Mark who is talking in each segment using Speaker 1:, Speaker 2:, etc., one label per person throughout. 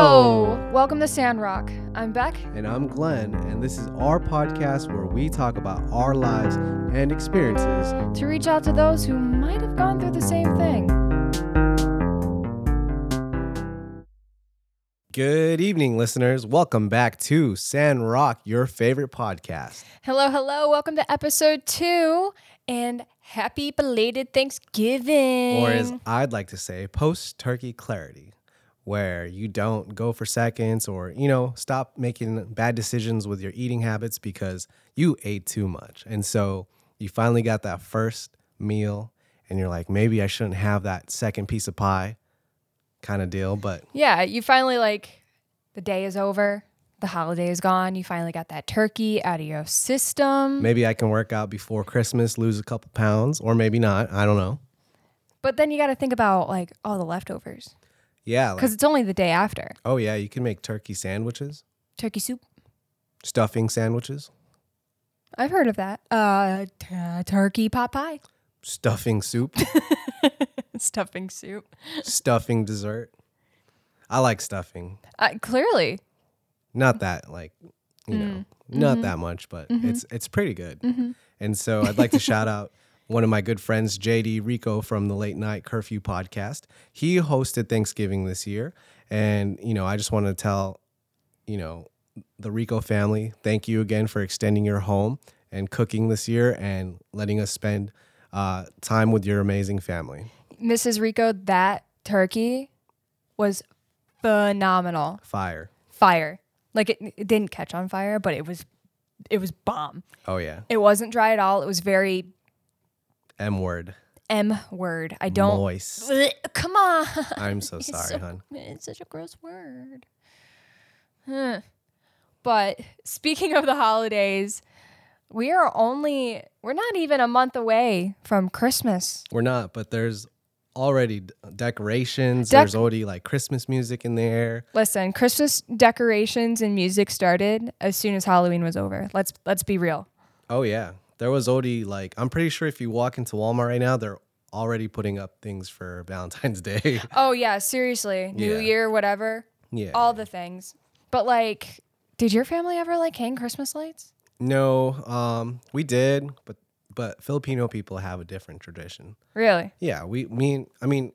Speaker 1: Yo! Welcome to Sandrock. I'm Beck.
Speaker 2: And I'm Glenn, and this is our podcast where we talk about our lives and experiences.
Speaker 1: To reach out to those who might have gone through the same thing.
Speaker 2: Good evening, listeners. Welcome back to San Rock, your favorite podcast.
Speaker 1: Hello, hello. Welcome to episode two and happy belated Thanksgiving.
Speaker 2: Or as I'd like to say, post turkey clarity, where you don't go for seconds or, you know, stop making bad decisions with your eating habits because you ate too much. And so you finally got that first meal, and you're like, maybe I shouldn't have that second piece of pie kind of deal, but
Speaker 1: yeah, you finally like the day is over, the holiday is gone. You finally got that turkey out of your system.
Speaker 2: Maybe I can work out before Christmas, lose a couple pounds, or maybe not. I don't know.
Speaker 1: But then you got to think about like all the leftovers
Speaker 2: Yeah. Like,
Speaker 1: because it's only the day after.
Speaker 2: oh, yeah. You can make turkey sandwiches,
Speaker 1: Turkey soup.
Speaker 2: stuffing sandwiches,
Speaker 1: I've heard of that. Uh, t- turkey pot pie.
Speaker 2: stuffing soup,
Speaker 1: Stuffing soup.
Speaker 2: stuffing dessert. I like stuffing.
Speaker 1: Uh, clearly.
Speaker 2: Not that, like, you know,
Speaker 1: Mm. Mm-hmm.
Speaker 2: not that much, but it's it's pretty good. And so I'd like to shout out one of my good friends, JD Rico from the Late Night Curfew podcast. He hosted Thanksgiving this year. And, you know, I just want to tell you know, the Rico family, thank you again for extending your home and cooking this year and letting us spend uh, time with your amazing family.
Speaker 1: Mrs. Rico, that turkey was phenomenal.
Speaker 2: Fire.
Speaker 1: Fire. Like it, it didn't catch on fire, but it was it was bomb.
Speaker 2: Oh, yeah.
Speaker 1: It wasn't dry at all. It was very
Speaker 2: M word.
Speaker 1: M word. I don't
Speaker 2: Moist.
Speaker 1: Blech, come on.
Speaker 2: I'm so sorry,
Speaker 1: so-
Speaker 2: hon.
Speaker 1: It's such a gross word. Huh. But speaking of the holidays, we are only we're not even a month away from Christmas.
Speaker 2: We're not, but there's already d- decorations.
Speaker 1: Dec-
Speaker 2: there's already like Christmas music in there.
Speaker 1: Listen, Christmas decorations and music started as soon as Halloween was over. Let's let's be real.
Speaker 2: Oh, yeah. There was already like, I'm pretty sure if you walk into Walmart right now, they're already putting up things for Valentine's Day.
Speaker 1: Oh yeah, seriously. New
Speaker 2: Yeah.
Speaker 1: Year, whatever.
Speaker 2: yeah.
Speaker 1: All the things. But like, did your family ever like hang Christmas lights?
Speaker 2: No, um, we did, but but Filipino people have a different tradition.
Speaker 1: Really?
Speaker 2: Yeah, we mean, I mean,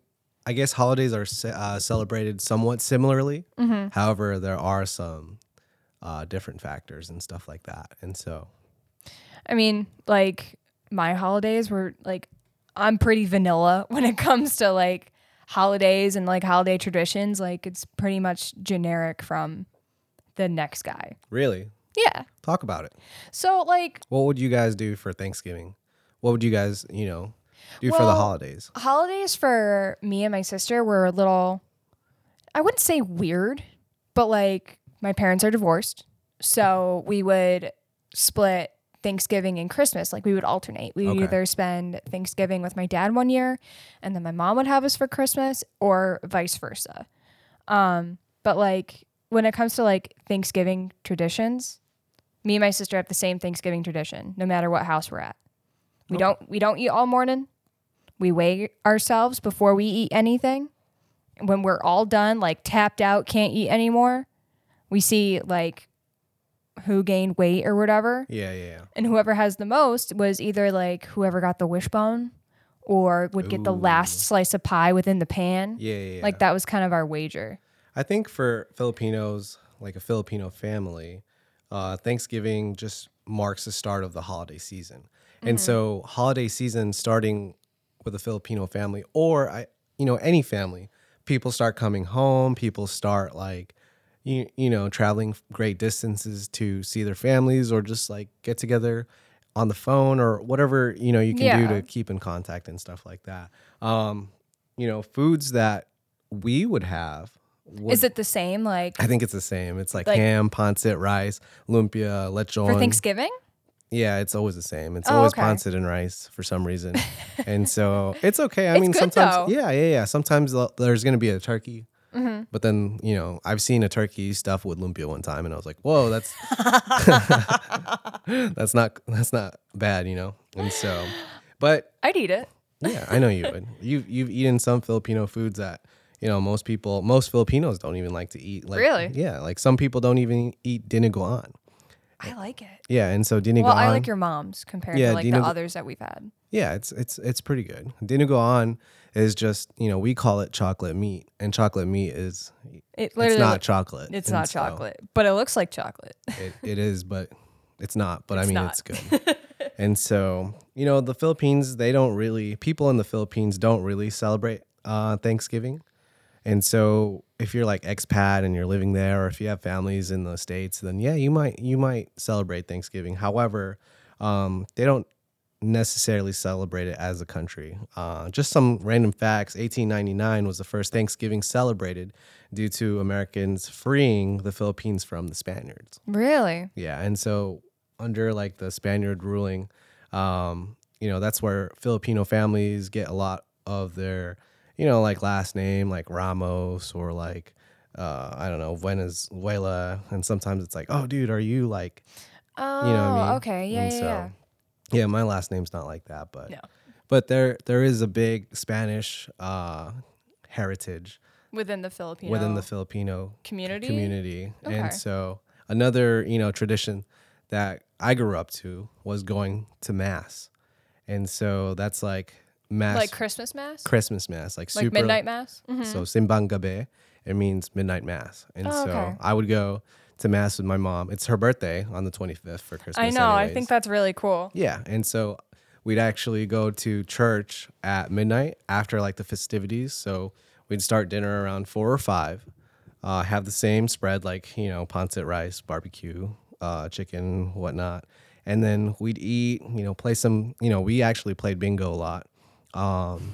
Speaker 2: I guess holidays are ce- uh, celebrated somewhat similarly.
Speaker 1: Mm-hmm.
Speaker 2: However, there are some uh, different factors and stuff like that, and so
Speaker 1: I mean, like my holidays were like I'm pretty vanilla when it comes to like holidays and like holiday traditions. Like it's pretty much generic from the next guy.
Speaker 2: really
Speaker 1: Yeah.
Speaker 2: talk about it.
Speaker 1: So like
Speaker 2: What would you guys do for Thanksgiving? What would you guys, you know, do for the
Speaker 1: Well,
Speaker 2: holidays?
Speaker 1: holidays for me and my sister were a little I wouldn't say weird, but like my parents are divorced. So we would split Thanksgiving and Christmas. Like we would alternate. We would
Speaker 2: Okay.
Speaker 1: either spend Thanksgiving with my dad one year and then my mom would have us for Christmas or vice versa. Um, but like when it comes to like Thanksgiving traditions, me and my sister have the same Thanksgiving tradition, no matter what house we're at. We don't we don't eat all morning. We weigh ourselves before we eat anything. When we're all done, like tapped out, can't eat anymore, we see like who gained weight or whatever.
Speaker 2: Yeah, yeah, yeah.
Speaker 1: And whoever has the most was either like whoever got the wishbone or would get the
Speaker 2: Ooh.
Speaker 1: last slice of pie within the pan.
Speaker 2: yeah, yeah, yeah.
Speaker 1: Like that was kind of our wager.
Speaker 2: I think for Filipinos, like a Filipino family, uh, Thanksgiving just marks the start of the holiday season. And so, holiday season starting with a Filipino family, or I, you know, any family, people start coming home. People start like, you, you know, traveling great distances to see their families, or just like get together on the phone or whatever you know you can do
Speaker 1: Yeah.
Speaker 2: to keep in contact and stuff like that. Um, you know, foods that we would have. would
Speaker 1: Is it the same like
Speaker 2: I think it's the same. It's like,
Speaker 1: Like-
Speaker 2: ham, pancit, rice, lumpia, lechon.
Speaker 1: for Thanksgiving?
Speaker 2: yeah, it's always the same. It's
Speaker 1: Oh,
Speaker 2: always
Speaker 1: okay.
Speaker 2: pancit and rice for some reason. and so it's okay. I
Speaker 1: It's
Speaker 2: mean,
Speaker 1: good,
Speaker 2: sometimes,
Speaker 1: though. Mm-hmm.
Speaker 2: yeah, yeah, yeah. Sometimes the- there's going to be a turkey. But then, you know, I've seen a turkey stuffed with lumpia one time and I was like, whoa, that's that's not that's not bad, you know? And so but
Speaker 1: I'd eat it.
Speaker 2: yeah, I know you would. You've you've eaten some Filipino foods that you know, most people, most Filipinos don't even like to eat. Like,
Speaker 1: Really?
Speaker 2: Yeah. Like some people don't even eat dinigoan.
Speaker 1: I like it.
Speaker 2: Yeah. And so dinigoan.
Speaker 1: Well, I like your mom's compared
Speaker 2: Yeah,
Speaker 1: to like
Speaker 2: do you
Speaker 1: the
Speaker 2: know-
Speaker 1: others that we've had.
Speaker 2: Yeah, it's it's it's pretty good. Dinigoan is just you know we call it chocolate meat, and chocolate meat is
Speaker 1: It literally
Speaker 2: it's not chocolate.
Speaker 1: it's
Speaker 2: And
Speaker 1: not
Speaker 2: so
Speaker 1: chocolate, but it looks like chocolate.
Speaker 2: It, it is, but it's not. But I
Speaker 1: It's
Speaker 2: mean,
Speaker 1: not.
Speaker 2: it's good. and so you know the Philippines, they don't really people in the Philippines don't really celebrate uh, Thanksgiving, and so if you're like expat and you're living there, or if you have families in the states, then yeah, you might you might celebrate Thanksgiving. However, um, they don't necessarily celebrate it as a country. Uh, just some random facts 1899 was the first Thanksgiving celebrated due to Americans freeing the Philippines from the Spaniards.
Speaker 1: Really?
Speaker 2: Yeah. And so, under like the Spaniard ruling, um, you know, that's where Filipino families get a lot of their, you know, like last name, like Ramos or like, uh, I don't know, Venezuela. And sometimes it's like, oh, dude, are you like,
Speaker 1: Oh,
Speaker 2: you know what I mean?
Speaker 1: okay. Yeah,
Speaker 2: And
Speaker 1: yeah,
Speaker 2: so-
Speaker 1: yeah.
Speaker 2: yeah, my last name's not like that, but
Speaker 1: No.
Speaker 2: but there there is a big Spanish uh, heritage
Speaker 1: Within the Filipino
Speaker 2: within the Filipino
Speaker 1: community.
Speaker 2: community,
Speaker 1: Okay.
Speaker 2: and so another you know tradition that I grew up to was going to mass, and so that's like mass
Speaker 1: Like Christmas mass?
Speaker 2: Christmas mass, like,
Speaker 1: like
Speaker 2: super
Speaker 1: midnight mass?
Speaker 2: so simbang gabi, it means midnight mass, and
Speaker 1: Oh,
Speaker 2: so
Speaker 1: okay.
Speaker 2: I would go to mass with my mom. It's her birthday on the twenty fifth for Christmas.
Speaker 1: I know. I
Speaker 2: anyways.
Speaker 1: think that's really cool.
Speaker 2: Yeah, and so we'd actually go to church at midnight after like the festivities. So we'd start dinner around four or five, uh, have the same spread like you know pancit rice, barbecue, uh, chicken, whatnot, and then we'd eat. You know, play some. You know, we actually played bingo a lot, um,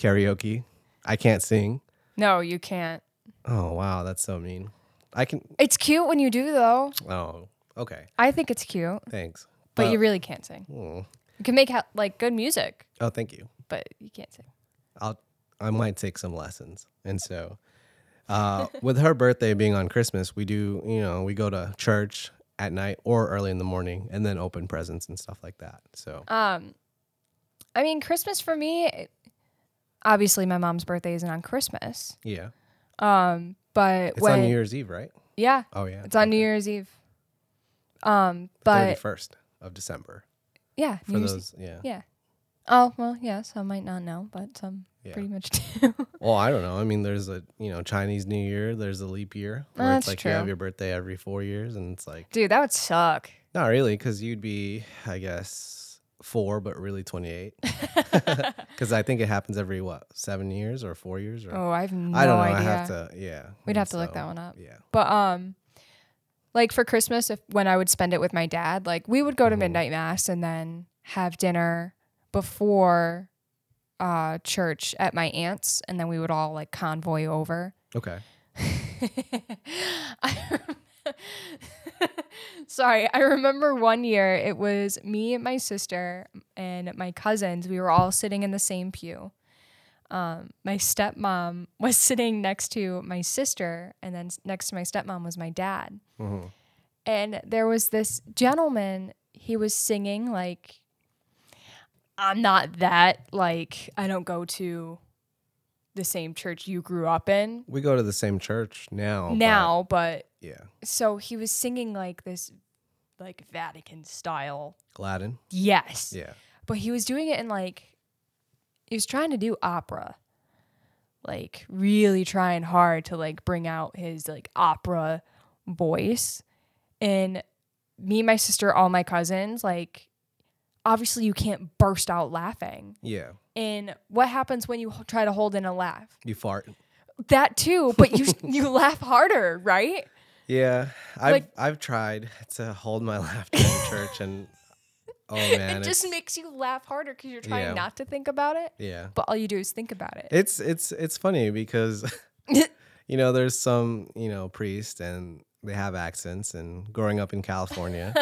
Speaker 2: karaoke. I can't sing.
Speaker 1: No, you can't.
Speaker 2: Oh wow, that's so mean. I can.
Speaker 1: It's cute when you do though.
Speaker 2: Oh, okay,
Speaker 1: I think it's cute,
Speaker 2: thanks.
Speaker 1: but you really can't sing.
Speaker 2: Mm.
Speaker 1: You can make ha- like good music,
Speaker 2: Oh, thank you.
Speaker 1: but you can't sing.
Speaker 2: I'll I might take some lessons. And so uh, with her birthday being on Christmas, we do, you know, we go to church at night or early in the morning and then open presents and stuff like that. So
Speaker 1: Um, I mean, Christmas for me, it- obviously my mom's birthday isn't on Christmas.
Speaker 2: yeah.
Speaker 1: Um, but
Speaker 2: It's
Speaker 1: when
Speaker 2: on New Year's Eve, right?
Speaker 1: yeah,
Speaker 2: Oh yeah.
Speaker 1: it's on New Year's Eve. Um, but
Speaker 2: first of December.
Speaker 1: yeah,
Speaker 2: For
Speaker 1: New Year's
Speaker 2: those yeah.
Speaker 1: yeah. Oh well, yeah. Some might not know, but some
Speaker 2: Yeah.
Speaker 1: pretty much do.
Speaker 2: Well, I don't know. I mean there's a you know, Chinese New Year, there's a leap year. Where
Speaker 1: That's
Speaker 2: it's like
Speaker 1: true.
Speaker 2: you have your birthday every four years and it's like
Speaker 1: Dude, that would suck.
Speaker 2: not really, because you'd be, I guess, four, but really twenty eight. Because I think it happens every what seven years or four years or
Speaker 1: Oh, I have no
Speaker 2: I don't know.
Speaker 1: idea.
Speaker 2: I have to yeah.
Speaker 1: We'd
Speaker 2: and
Speaker 1: have to look
Speaker 2: so,
Speaker 1: that one up.
Speaker 2: Yeah.
Speaker 1: But um like for Christmas if when I would spend it with my dad, like we would go to
Speaker 2: Mhm.
Speaker 1: midnight mass and then have dinner before uh church at my aunt's and then we would all like convoy over.
Speaker 2: Okay.
Speaker 1: I rem- Sorry, I remember one year it was me, my sister, and my cousins. We were all sitting in the same pew. Um, my stepmom was sitting next to my sister, and then s- next to my stepmom was my dad.
Speaker 2: Mhm.
Speaker 1: And there was this gentleman, he was singing like, I'm not that, like, I don't go to the same church you grew up in
Speaker 2: We go to the same church now. Oh, but-
Speaker 1: now, but
Speaker 2: yeah.
Speaker 1: so he was singing like this like Vatican style.
Speaker 2: Gladden.
Speaker 1: Yes.
Speaker 2: Yeah.
Speaker 1: But he was doing it in like he was trying to do opera. Like really trying hard to like bring out his like opera voice. And me, my sister, all my cousins, like obviously you can't burst out laughing.
Speaker 2: Yeah.
Speaker 1: And what happens when you h- try to hold in a laugh?
Speaker 2: You fart.
Speaker 1: That too, but you you laugh harder, right?
Speaker 2: Yeah. I've
Speaker 1: Like-
Speaker 2: I've tried to hold my laughter in church and oh man.
Speaker 1: it
Speaker 2: it's-
Speaker 1: just makes you laugh harder because you're trying
Speaker 2: Yeah.
Speaker 1: not to think about it,
Speaker 2: yeah.
Speaker 1: but all you do is think about it.
Speaker 2: It's it's it's funny because you know there's some you know priests and they have accents and growing up in California,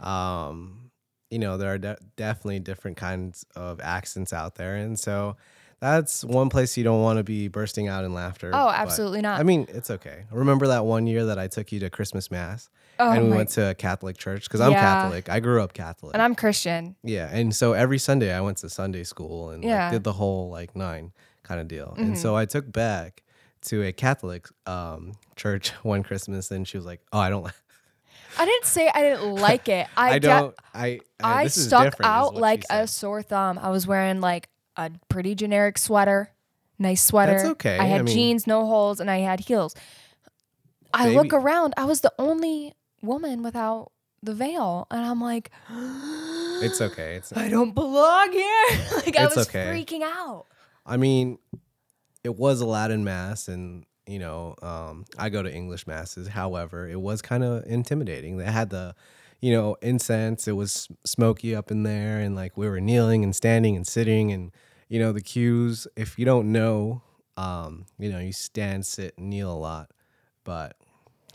Speaker 2: um, you know there are de- definitely different kinds of accents out there, and so that's one place you don't want to be bursting out in laughter.
Speaker 1: oh,
Speaker 2: but-
Speaker 1: absolutely not.
Speaker 2: I mean, it's okay. Remember that one year that I took you to Christmas mass
Speaker 1: oh
Speaker 2: and we
Speaker 1: my-
Speaker 2: went to a Catholic church because I'm
Speaker 1: Yeah.
Speaker 2: Catholic. I grew up Catholic.
Speaker 1: and I'm Christian.
Speaker 2: Yeah, and so every Sunday I went to Sunday school and
Speaker 1: Yeah. Mm-hmm.
Speaker 2: like, did the whole like nine. 'Cause kind of deal. And so I took back to a Catholic um, church one Christmas, and she was like, "Oh, I don't,
Speaker 1: I didn't say I didn't like it. I,
Speaker 2: I
Speaker 1: de-
Speaker 2: don't, I, I,
Speaker 1: I
Speaker 2: this is
Speaker 1: stuck
Speaker 2: different," is
Speaker 1: out
Speaker 2: what she
Speaker 1: like a
Speaker 2: said.
Speaker 1: sore thumb. I was wearing like a pretty generic sweater, nice sweater.
Speaker 2: okay.
Speaker 1: I had
Speaker 2: I mean-
Speaker 1: jeans, no holes, and I had heels. I
Speaker 2: Baby-
Speaker 1: look around. I was the only woman without the veil, and I'm like,
Speaker 2: It's okay. It's.
Speaker 1: I don't belong here. like I
Speaker 2: It's
Speaker 1: was
Speaker 2: okay.
Speaker 1: freaking out.
Speaker 2: I mean, it was Aladdin mass, and you know, um, I go to English masses. However, it was kind of intimidating. They had the, you know, incense. It was smoky up in there, and like we were kneeling and standing and sitting, and you know, the cues. If you don't know, um, you know, you stand, sit, and kneel a lot, but.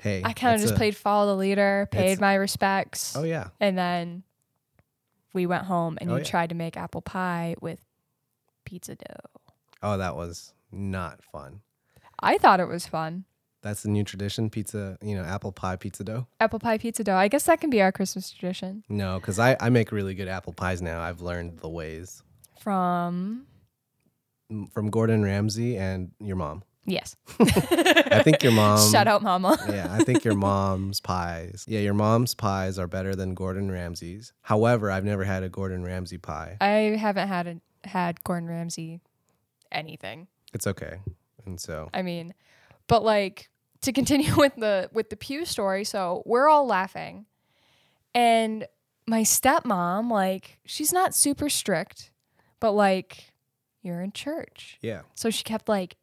Speaker 2: Hey,
Speaker 1: I kind of
Speaker 2: that's
Speaker 1: just
Speaker 2: a-
Speaker 1: played follow the leader, paid
Speaker 2: it's-
Speaker 1: my respects,
Speaker 2: Oh yeah,
Speaker 1: and then we went home. And
Speaker 2: Oh,
Speaker 1: you
Speaker 2: yeah.
Speaker 1: tried to make apple pie with pizza dough.
Speaker 2: Oh, that was not fun.
Speaker 1: I thought it was fun.
Speaker 2: That's the new tradition pizza, you know, apple pie pizza dough.
Speaker 1: apple pie pizza dough. I guess that can be our Christmas tradition
Speaker 2: No, because I, I make really good apple pies now. I've learned the ways
Speaker 1: from
Speaker 2: M- from Gordon Ramsay and your mom.
Speaker 1: yes.
Speaker 2: I think your mom.
Speaker 1: Shout out, mama.
Speaker 2: yeah, I think your mom's pies. Yeah, your mom's pies are better than Gordon Ramsay's. However, I've never had a Gordon Ramsay pie.
Speaker 1: I haven't had a, had Gordon Ramsay anything.
Speaker 2: It's okay. And so,
Speaker 1: I mean, but like to continue with the with the pew story. So we're all laughing, and my stepmom, like, she's not super strict, but like, you're in church,
Speaker 2: yeah,
Speaker 1: so she kept like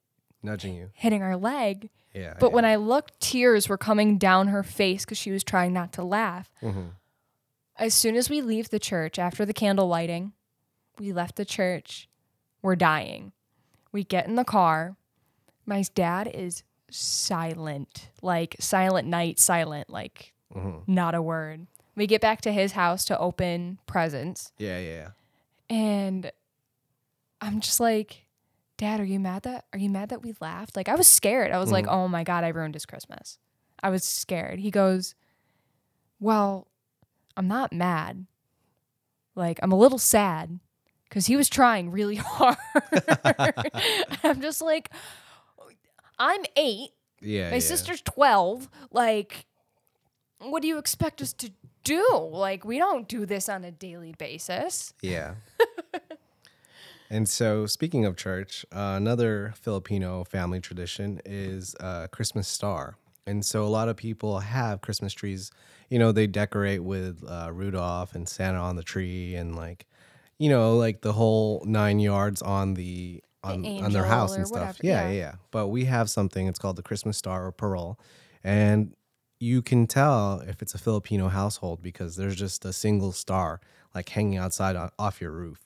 Speaker 2: nudging you.
Speaker 1: hitting our leg.
Speaker 2: Yeah.
Speaker 1: But when I looked, tears were coming down her face because she was trying not to laugh.
Speaker 2: hmm
Speaker 1: as soon as we leave the church after the candle lighting, we left the church. We're dying. We get in the car. My dad is silent, like silent night, silent, like
Speaker 2: hmm
Speaker 1: not a word. We get back to his house to open presents,
Speaker 2: Yeah, yeah, yeah.
Speaker 1: and I'm just like, Dad, are you mad that are you mad that we laughed? Like I was scared. I was like, oh my God, I ruined his Christmas. I was scared. He goes, Well, I'm not mad. Like, I'm a little sad because he was trying really hard. I'm just like, I'm eight.
Speaker 2: Yeah,
Speaker 1: My
Speaker 2: yeah.
Speaker 1: sister's 12. Like, what do you expect us to do? Like, we don't do this on a daily basis.
Speaker 2: Yeah. and so, speaking of church, uh, another Filipino family tradition is uh, Christmas star. And so, a lot of people have Christmas trees. You know, they decorate with uh, Rudolph and Santa on the tree, and like, you know, like the whole nine yards on the on, on their
Speaker 1: angel
Speaker 2: house
Speaker 1: or
Speaker 2: and stuff.
Speaker 1: whatever,
Speaker 2: Yeah,
Speaker 1: yeah.
Speaker 2: yeah, yeah. But we have something. It's called the Christmas star or parole, and you can tell if it's a Filipino household because there's just a single star like hanging outside on, off your roof.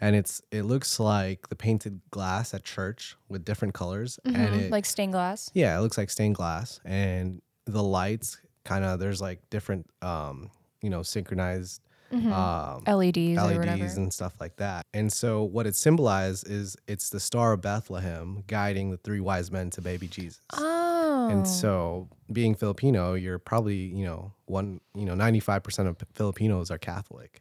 Speaker 2: And it's it looks like the painted glass at church with different colors and it
Speaker 1: Mm-hmm. like stained glass.
Speaker 2: yeah, it looks like stained glass and the lights kind of there's like different um you know synchronized
Speaker 1: Mm-hmm.
Speaker 2: um
Speaker 1: LEDs, E or whatever.
Speaker 2: LEDs and stuff like that. And so what it symbolizes is it's the star of Bethlehem guiding the three wise men to baby Jesus.
Speaker 1: oh.
Speaker 2: And so, being Filipino, you're probably you know one you know ninety five percent of Filipinos are Catholic,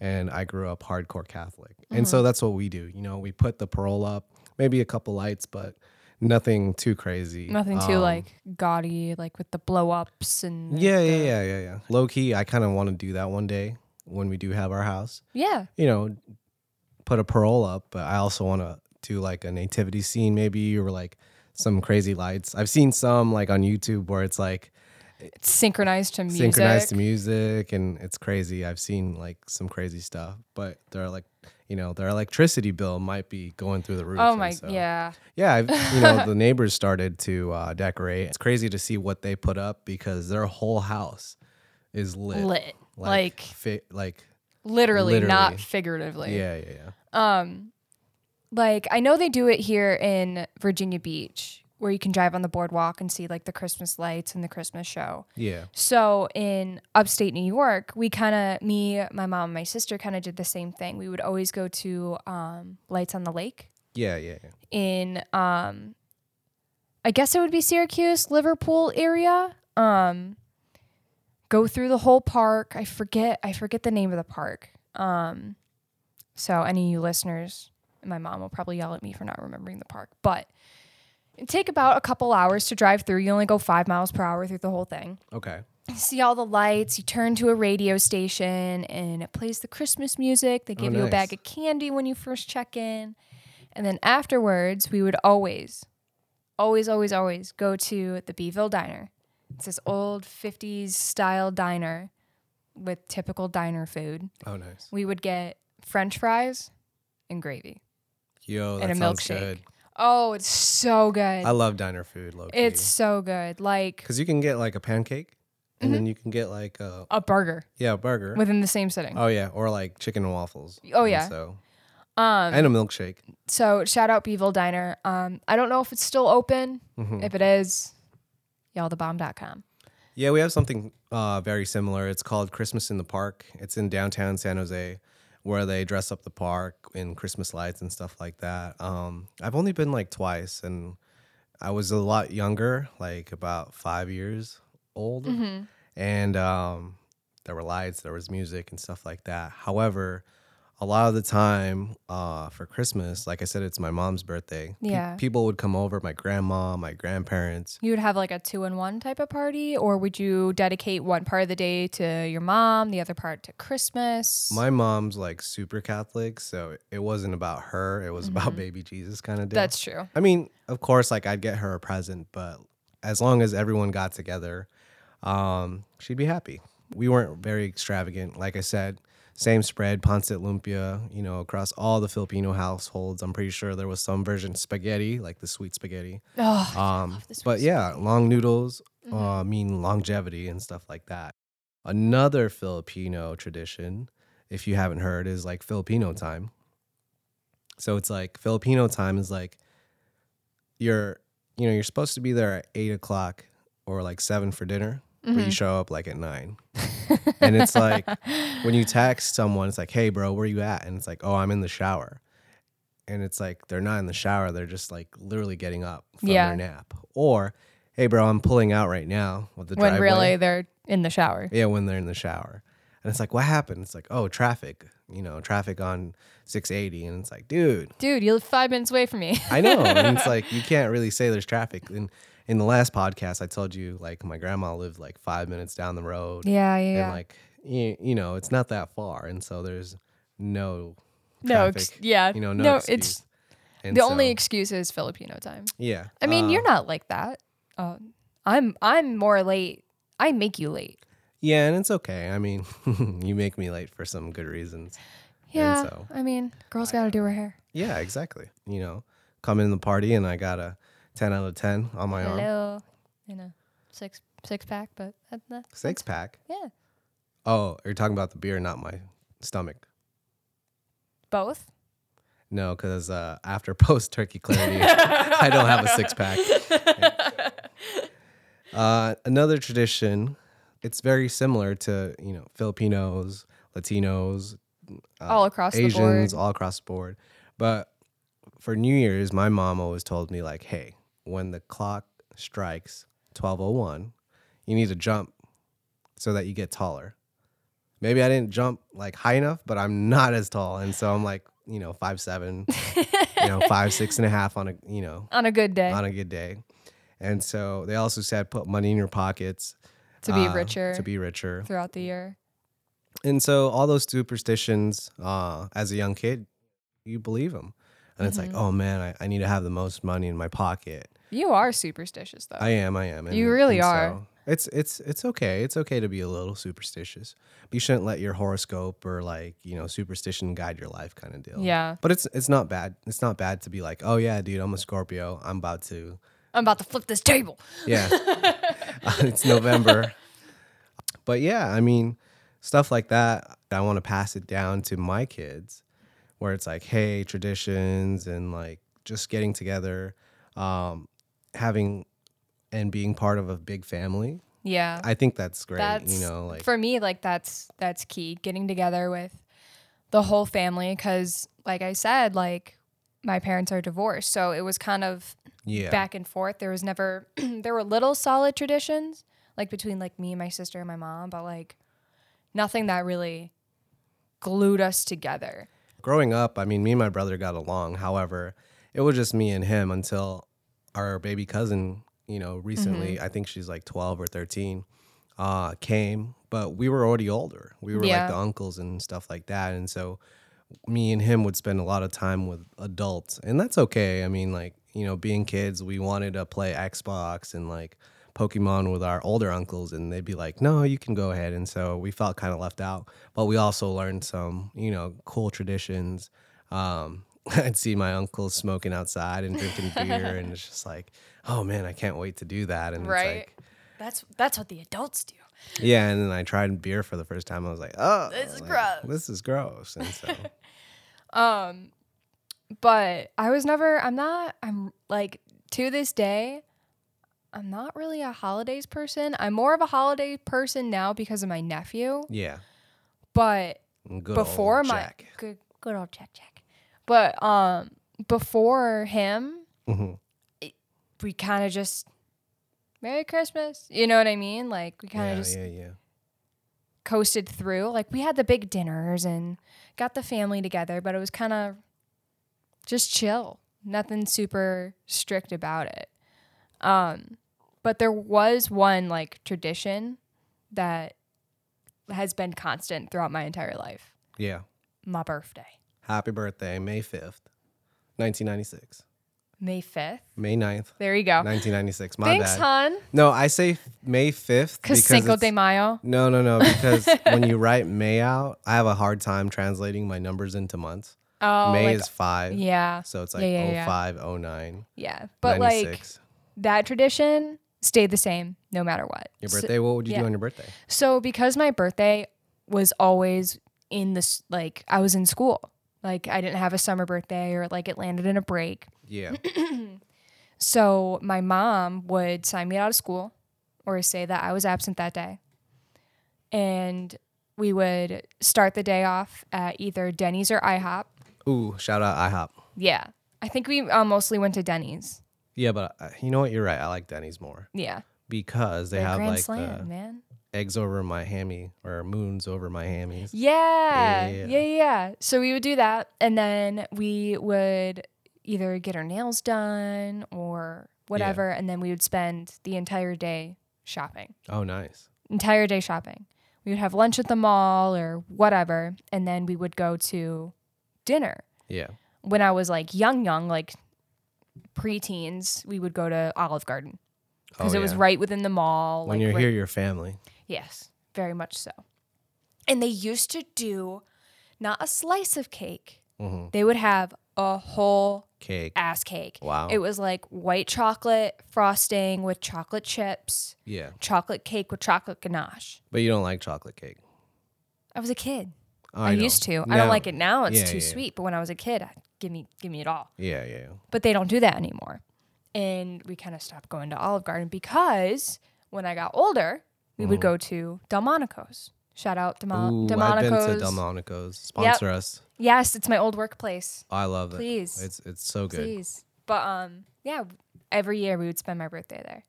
Speaker 2: and I grew up hardcore Catholic, and
Speaker 1: Mm-hmm.
Speaker 2: so that's what we do. You know, we put the parole up, maybe a couple lights, but nothing too crazy.
Speaker 1: Nothing too
Speaker 2: Um,
Speaker 1: like gaudy, like with the blow ups and
Speaker 2: Yeah, yeah, yeah, yeah, yeah. Low key, I kind of want to do that one day when we do have our house.
Speaker 1: yeah.
Speaker 2: You know, put a parole up, but I also want to do like a nativity scene, maybe or like some crazy lights. I've seen some like on YouTube where it's like
Speaker 1: It's synchronized to music.
Speaker 2: synchronized to music and it's crazy i've seen like some crazy stuff but they're like you know their electricity bill might be going through the roof
Speaker 1: Oh
Speaker 2: and
Speaker 1: my
Speaker 2: so-
Speaker 1: yeah.
Speaker 2: yeah I've, you know the neighbors started to uh, decorate it's crazy to see what they put up because their whole house is lit
Speaker 1: Lit.
Speaker 2: like
Speaker 1: Like,
Speaker 2: fi- like
Speaker 1: literally, not
Speaker 2: literally.
Speaker 1: figuratively.
Speaker 2: yeah yeah yeah
Speaker 1: Um like I know they do it here in Virginia Beach where you can drive on the boardwalk and see like the Christmas lights and the Christmas show.
Speaker 2: yeah
Speaker 1: So in upstate New York, we kind of me, my mom, and my sister kind of did the same thing. We would always go to um, Lights on the Lake
Speaker 2: yeah yeah yeah
Speaker 1: in um I guess it would be Syracuse, Liverpool area. Um go through the whole park. I forget I forget the name of the park. Um so any of you listeners And my mom will probably yell at me for not remembering the park. But it take about a couple hours to drive through. You only go five miles per hour through the whole thing.
Speaker 2: Okay.
Speaker 1: You see all the lights. You turn to a radio station and it plays the Christmas music. They give you a
Speaker 2: Oh, nice.
Speaker 1: bag of candy when you first check in. And then afterwards, we would always, always, always, always go to the Beeville Diner. It's this old 50s style diner with typical diner food.
Speaker 2: Oh, nice.
Speaker 1: We would get french fries and gravy.
Speaker 2: Yo, that
Speaker 1: And a
Speaker 2: sounds
Speaker 1: milkshake.
Speaker 2: good.
Speaker 1: Oh, it's so good.
Speaker 2: I love diner food. Low
Speaker 1: It's so good. Like
Speaker 2: because you can get like a pancake, and
Speaker 1: Mm-hmm.
Speaker 2: then you can get like a
Speaker 1: a burger
Speaker 2: yeah a burger.
Speaker 1: within the same sitting.
Speaker 2: oh yeah, or like chicken and waffles.
Speaker 1: Oh,
Speaker 2: And
Speaker 1: yeah.
Speaker 2: So
Speaker 1: Um,
Speaker 2: and a milkshake.
Speaker 1: so shout out Beeville Diner. Um, I don't know if it's still open.
Speaker 2: Mhm.
Speaker 1: If it is, y'allthebomb.com.
Speaker 2: Yeah, we have something uh, very similar. It's called Christmas in the Park. It's in downtown San Jose, where they dress up the park in Christmas lights and stuff like that. Um, I've only been like twice, and I was a lot younger, like about five years old,
Speaker 1: Mm-hmm.
Speaker 2: and um, there were lights, there was music, and stuff like that. However, a lot of the time uh, for Christmas, like I said, it's my mom's birthday. Pe-
Speaker 1: Yeah.
Speaker 2: people would come over, my grandma, my grandparents.
Speaker 1: You would have like a two in one type of party, or would you dedicate one part of the day to your mom, the other part to Christmas?
Speaker 2: My mom's like super Catholic, so it wasn't about her. It was about baby Jesus kind of deal.
Speaker 1: Mm-hmm. That's true.
Speaker 2: I mean, of course, like I'd get her a present, but as long as everyone got together, um, she'd be happy. We weren't very extravagant. Like I said, same spread, Ponce de Lumpia, you know, across all the Filipino households. I'm pretty sure there was some version spaghetti, like the sweet spaghetti.
Speaker 1: Oh,
Speaker 2: Um,
Speaker 1: this
Speaker 2: but yeah, long noodles
Speaker 1: Mm-hmm.
Speaker 2: uh, mean longevity and stuff like that. Another Filipino tradition, if you haven't heard, is like Filipino time. So it's like Filipino time is like you're you know you're supposed to be there at eight o'clock or like seven for dinner,
Speaker 1: Mm-hmm.
Speaker 2: but you show up like at nine, and it's like when you text someone, it's like, "Hey, bro, where you at?" And it's like, "Oh, I'm in the shower." And it's like they're not in the shower; they're just like literally getting up from
Speaker 1: Yeah.
Speaker 2: their nap. Or, "Hey, bro, I'm pulling out right now with the
Speaker 1: when
Speaker 2: driveway."
Speaker 1: really they're in the shower.
Speaker 2: yeah, when they're in the shower, and it's like, "What happened?" It's like, "Oh, traffic." You know, traffic on 680, and it's like, "Dude,
Speaker 1: Dude, you live five minutes away from me.
Speaker 2: I know. and it's like you can't really say there's traffic." And in the last podcast, I told you like my grandma lived like five minutes down the road,
Speaker 1: yeah, yeah. yeah.
Speaker 2: and like you, you know, it's not that far, and so there's no
Speaker 1: no, ex-
Speaker 2: traffic.
Speaker 1: yeah.
Speaker 2: you know, no,
Speaker 1: it's
Speaker 2: excuse. And
Speaker 1: The only
Speaker 2: so-
Speaker 1: excuse is Filipino time.
Speaker 2: yeah.
Speaker 1: I mean,
Speaker 2: uh,
Speaker 1: you're not like that. Uh, I'm I'm more late. I make you late.
Speaker 2: yeah, and it's okay. I mean, you make me late for some good reasons. And
Speaker 1: Yeah.
Speaker 2: so-
Speaker 1: I mean, girls got to do her hair.
Speaker 2: Yeah, exactly. You know, come in the party and I got a ten out of ten on my arm,
Speaker 1: Hello, you know, six six pack, but that, that,
Speaker 2: six pack.
Speaker 1: yeah,
Speaker 2: Oh, you're talking about the beer, not my stomach.
Speaker 1: both.
Speaker 2: No, because uh, after post turkey clarity, I don't have a six pack. Uh, another tradition. It's very similar to you know Filipinos, Latinos, uh,
Speaker 1: All across the board.
Speaker 2: Asians, all across the board. But for New Year's, my mom always told me like, "Hey, when the clock strikes twelve oh one, you need to jump so that you get taller." Maybe I didn't jump like high enough, but I'm not as tall, and so I'm like, you know, five seven, you know, five six and a half on a, you know,
Speaker 1: On a good day,
Speaker 2: on a good day. And so they also said put money in your pockets
Speaker 1: to be
Speaker 2: uh,
Speaker 1: richer
Speaker 2: To be richer.
Speaker 1: throughout the year.
Speaker 2: And so all those superstitions, uh, as a young kid, you believe them. And it's like,
Speaker 1: Mm-hmm.
Speaker 2: oh man, I, I need to have the most money in my pocket.
Speaker 1: You are superstitious, though.
Speaker 2: I am, I am.
Speaker 1: You really are.
Speaker 2: so it's it's it's okay. It's okay to be a little superstitious. But you shouldn't let your horoscope or like, you know, superstition guide your life kind of deal.
Speaker 1: yeah,
Speaker 2: But it's it's not bad. It's not bad to be like, oh yeah, dude, I'm a Scorpio. I'm about to
Speaker 1: I'm about to flip this table.
Speaker 2: Yeah. it's November. But yeah, I mean, stuff like that, I want to pass it down to my kids where it's like, hey, traditions and like just getting together, um, having and being part of a big family.
Speaker 1: Yeah,
Speaker 2: I think that's great.
Speaker 1: that's
Speaker 2: you know, like,
Speaker 1: for me, like that's that's key. Getting together with the whole family, because like I said, like my parents are divorced, so it was kind of
Speaker 2: yeah.
Speaker 1: back and forth. There was never there were little solid traditions like between like me and my sister and my mom, but like nothing that really glued us together.
Speaker 2: growing up, I mean, me and my brother got along. However, it was just me and him until our baby cousin, you know, recently, I think she's like 12 or 13, uh, came, but we were already older. We were
Speaker 1: Yeah.
Speaker 2: like the uncles and stuff like that. And so me and him would spend a lot of time with adults, and that's okay. I mean, like, you know, being kids, we wanted to play Xbox and like Pokemon with our older uncles, and they'd be like, no, you can go ahead. And so we felt kind of left out, but we also learned some, you know, cool traditions. Um, I'd see my uncles smoking outside and drinking beer, and it's just like, oh man, I can't wait to do that. And
Speaker 3: Right.
Speaker 2: it's like,
Speaker 3: That's that's what the adults do.
Speaker 2: yeah, and then I tried beer for the first time. I was like, oh,
Speaker 3: This is
Speaker 2: like,
Speaker 3: gross.
Speaker 2: This is gross. And so,
Speaker 1: Um, but I was never. I'm not. I'm like to this day. I'm not really a holidays person. I'm more of a holiday person now because of my nephew.
Speaker 2: yeah.
Speaker 1: But
Speaker 2: Good
Speaker 1: before
Speaker 2: old
Speaker 1: my
Speaker 2: Jack.
Speaker 1: good good old Jack Jack. But um, before him,
Speaker 2: Mhm.
Speaker 1: we kind of just Merry Christmas. You know what I mean? Like we kind of
Speaker 2: yeah,
Speaker 1: just
Speaker 2: yeah, yeah.
Speaker 1: coasted through. Like we had the big dinners and got the family together, but it was kind of just chill. Nothing super strict about it. Um, but there was one like tradition that has been constant throughout my entire life.
Speaker 2: Yeah.
Speaker 1: My birthday,
Speaker 2: Happy birthday, May 5th, 1996.
Speaker 1: May 5th.
Speaker 2: May 9th,
Speaker 1: There you go.
Speaker 2: 1996. My
Speaker 1: Oh. Thanks,
Speaker 2: bad.
Speaker 1: hon.
Speaker 2: No, I say May 5th
Speaker 1: Cause Cinco
Speaker 2: it's-
Speaker 1: de Mayo.
Speaker 2: No, no, no. Because when you write May out, I have a hard time translating my numbers into months.
Speaker 1: Oh,
Speaker 2: May
Speaker 1: like-
Speaker 2: is five.
Speaker 1: yeah,
Speaker 2: So it's
Speaker 1: Yeah,
Speaker 2: like
Speaker 1: yeah, yeah.
Speaker 2: 05, 09,
Speaker 1: yeah. But like
Speaker 2: 96.
Speaker 1: that tradition stayed the same no matter what.
Speaker 2: your
Speaker 1: So-
Speaker 2: birthday, what would you
Speaker 1: yeah.
Speaker 2: do on your birthday?
Speaker 1: So because my birthday was always in this like I was in school. Like I didn't have a summer birthday or like it landed in a break.
Speaker 2: Yeah.
Speaker 1: So my mom would sign me out of school or say that I was absent that day. And we would start the day off at either Denny's or IHOP.
Speaker 2: Ooh, shout out IHOP.
Speaker 1: Yeah. I think we uh, mostly went to Denny's.
Speaker 2: Yeah, but uh, you know what? You're right. I like Denny's more
Speaker 1: Yeah.
Speaker 2: because they
Speaker 1: The
Speaker 2: have
Speaker 1: Grand
Speaker 2: like
Speaker 1: Slam,
Speaker 2: the
Speaker 1: man.
Speaker 2: eggs over my hammy or moons over my hammies.
Speaker 1: Yeah. Yeah.
Speaker 2: Yeah.
Speaker 1: yeah. yeah. So we would do that. And then we would either get our nails done or whatever. And then we would spend the entire day shopping,
Speaker 2: Oh, nice.
Speaker 1: entire day shopping. We would have lunch at the mall or whatever. And then we would go to dinner.
Speaker 2: Yeah.
Speaker 1: When I was like young, young, like preteens, we would go to Olive Garden because
Speaker 2: Oh,
Speaker 1: it was
Speaker 2: yeah.
Speaker 1: right within the mall.
Speaker 2: When
Speaker 1: like,
Speaker 2: you're
Speaker 1: right-
Speaker 2: here, your family.
Speaker 1: Yes, very much so. And they used to do not a slice of cake,
Speaker 2: hmm
Speaker 1: they would have a whole
Speaker 2: Cake.
Speaker 1: ass cake.
Speaker 2: Wow.
Speaker 1: It was like white chocolate frosting with chocolate chips,
Speaker 2: yeah.
Speaker 1: chocolate cake with chocolate ganache.
Speaker 2: But you don't like chocolate cake.
Speaker 1: I was a kid.
Speaker 2: Oh,
Speaker 1: I,
Speaker 2: know.
Speaker 1: used to. I
Speaker 2: Now-
Speaker 1: don't like it now. It's
Speaker 2: Yeah,
Speaker 1: too
Speaker 2: yeah, yeah.
Speaker 1: sweet. But when I was a kid, I, give me give me it all.
Speaker 2: Yeah, yeah. yeah.
Speaker 1: But they don't do that anymore. And we kind of stopped going to Olive Garden because when I got older, we would go to Delmonico's. Shout out Demo-
Speaker 2: Mm. Ooh, I've been
Speaker 1: Delmonico's.
Speaker 2: to Delmonico's. Sponsor us.
Speaker 1: Yes, it's my old workplace.
Speaker 2: I love it.
Speaker 1: Please.
Speaker 2: It's it's so good.
Speaker 1: Please. But um yeah, every year we would spend my birthday there.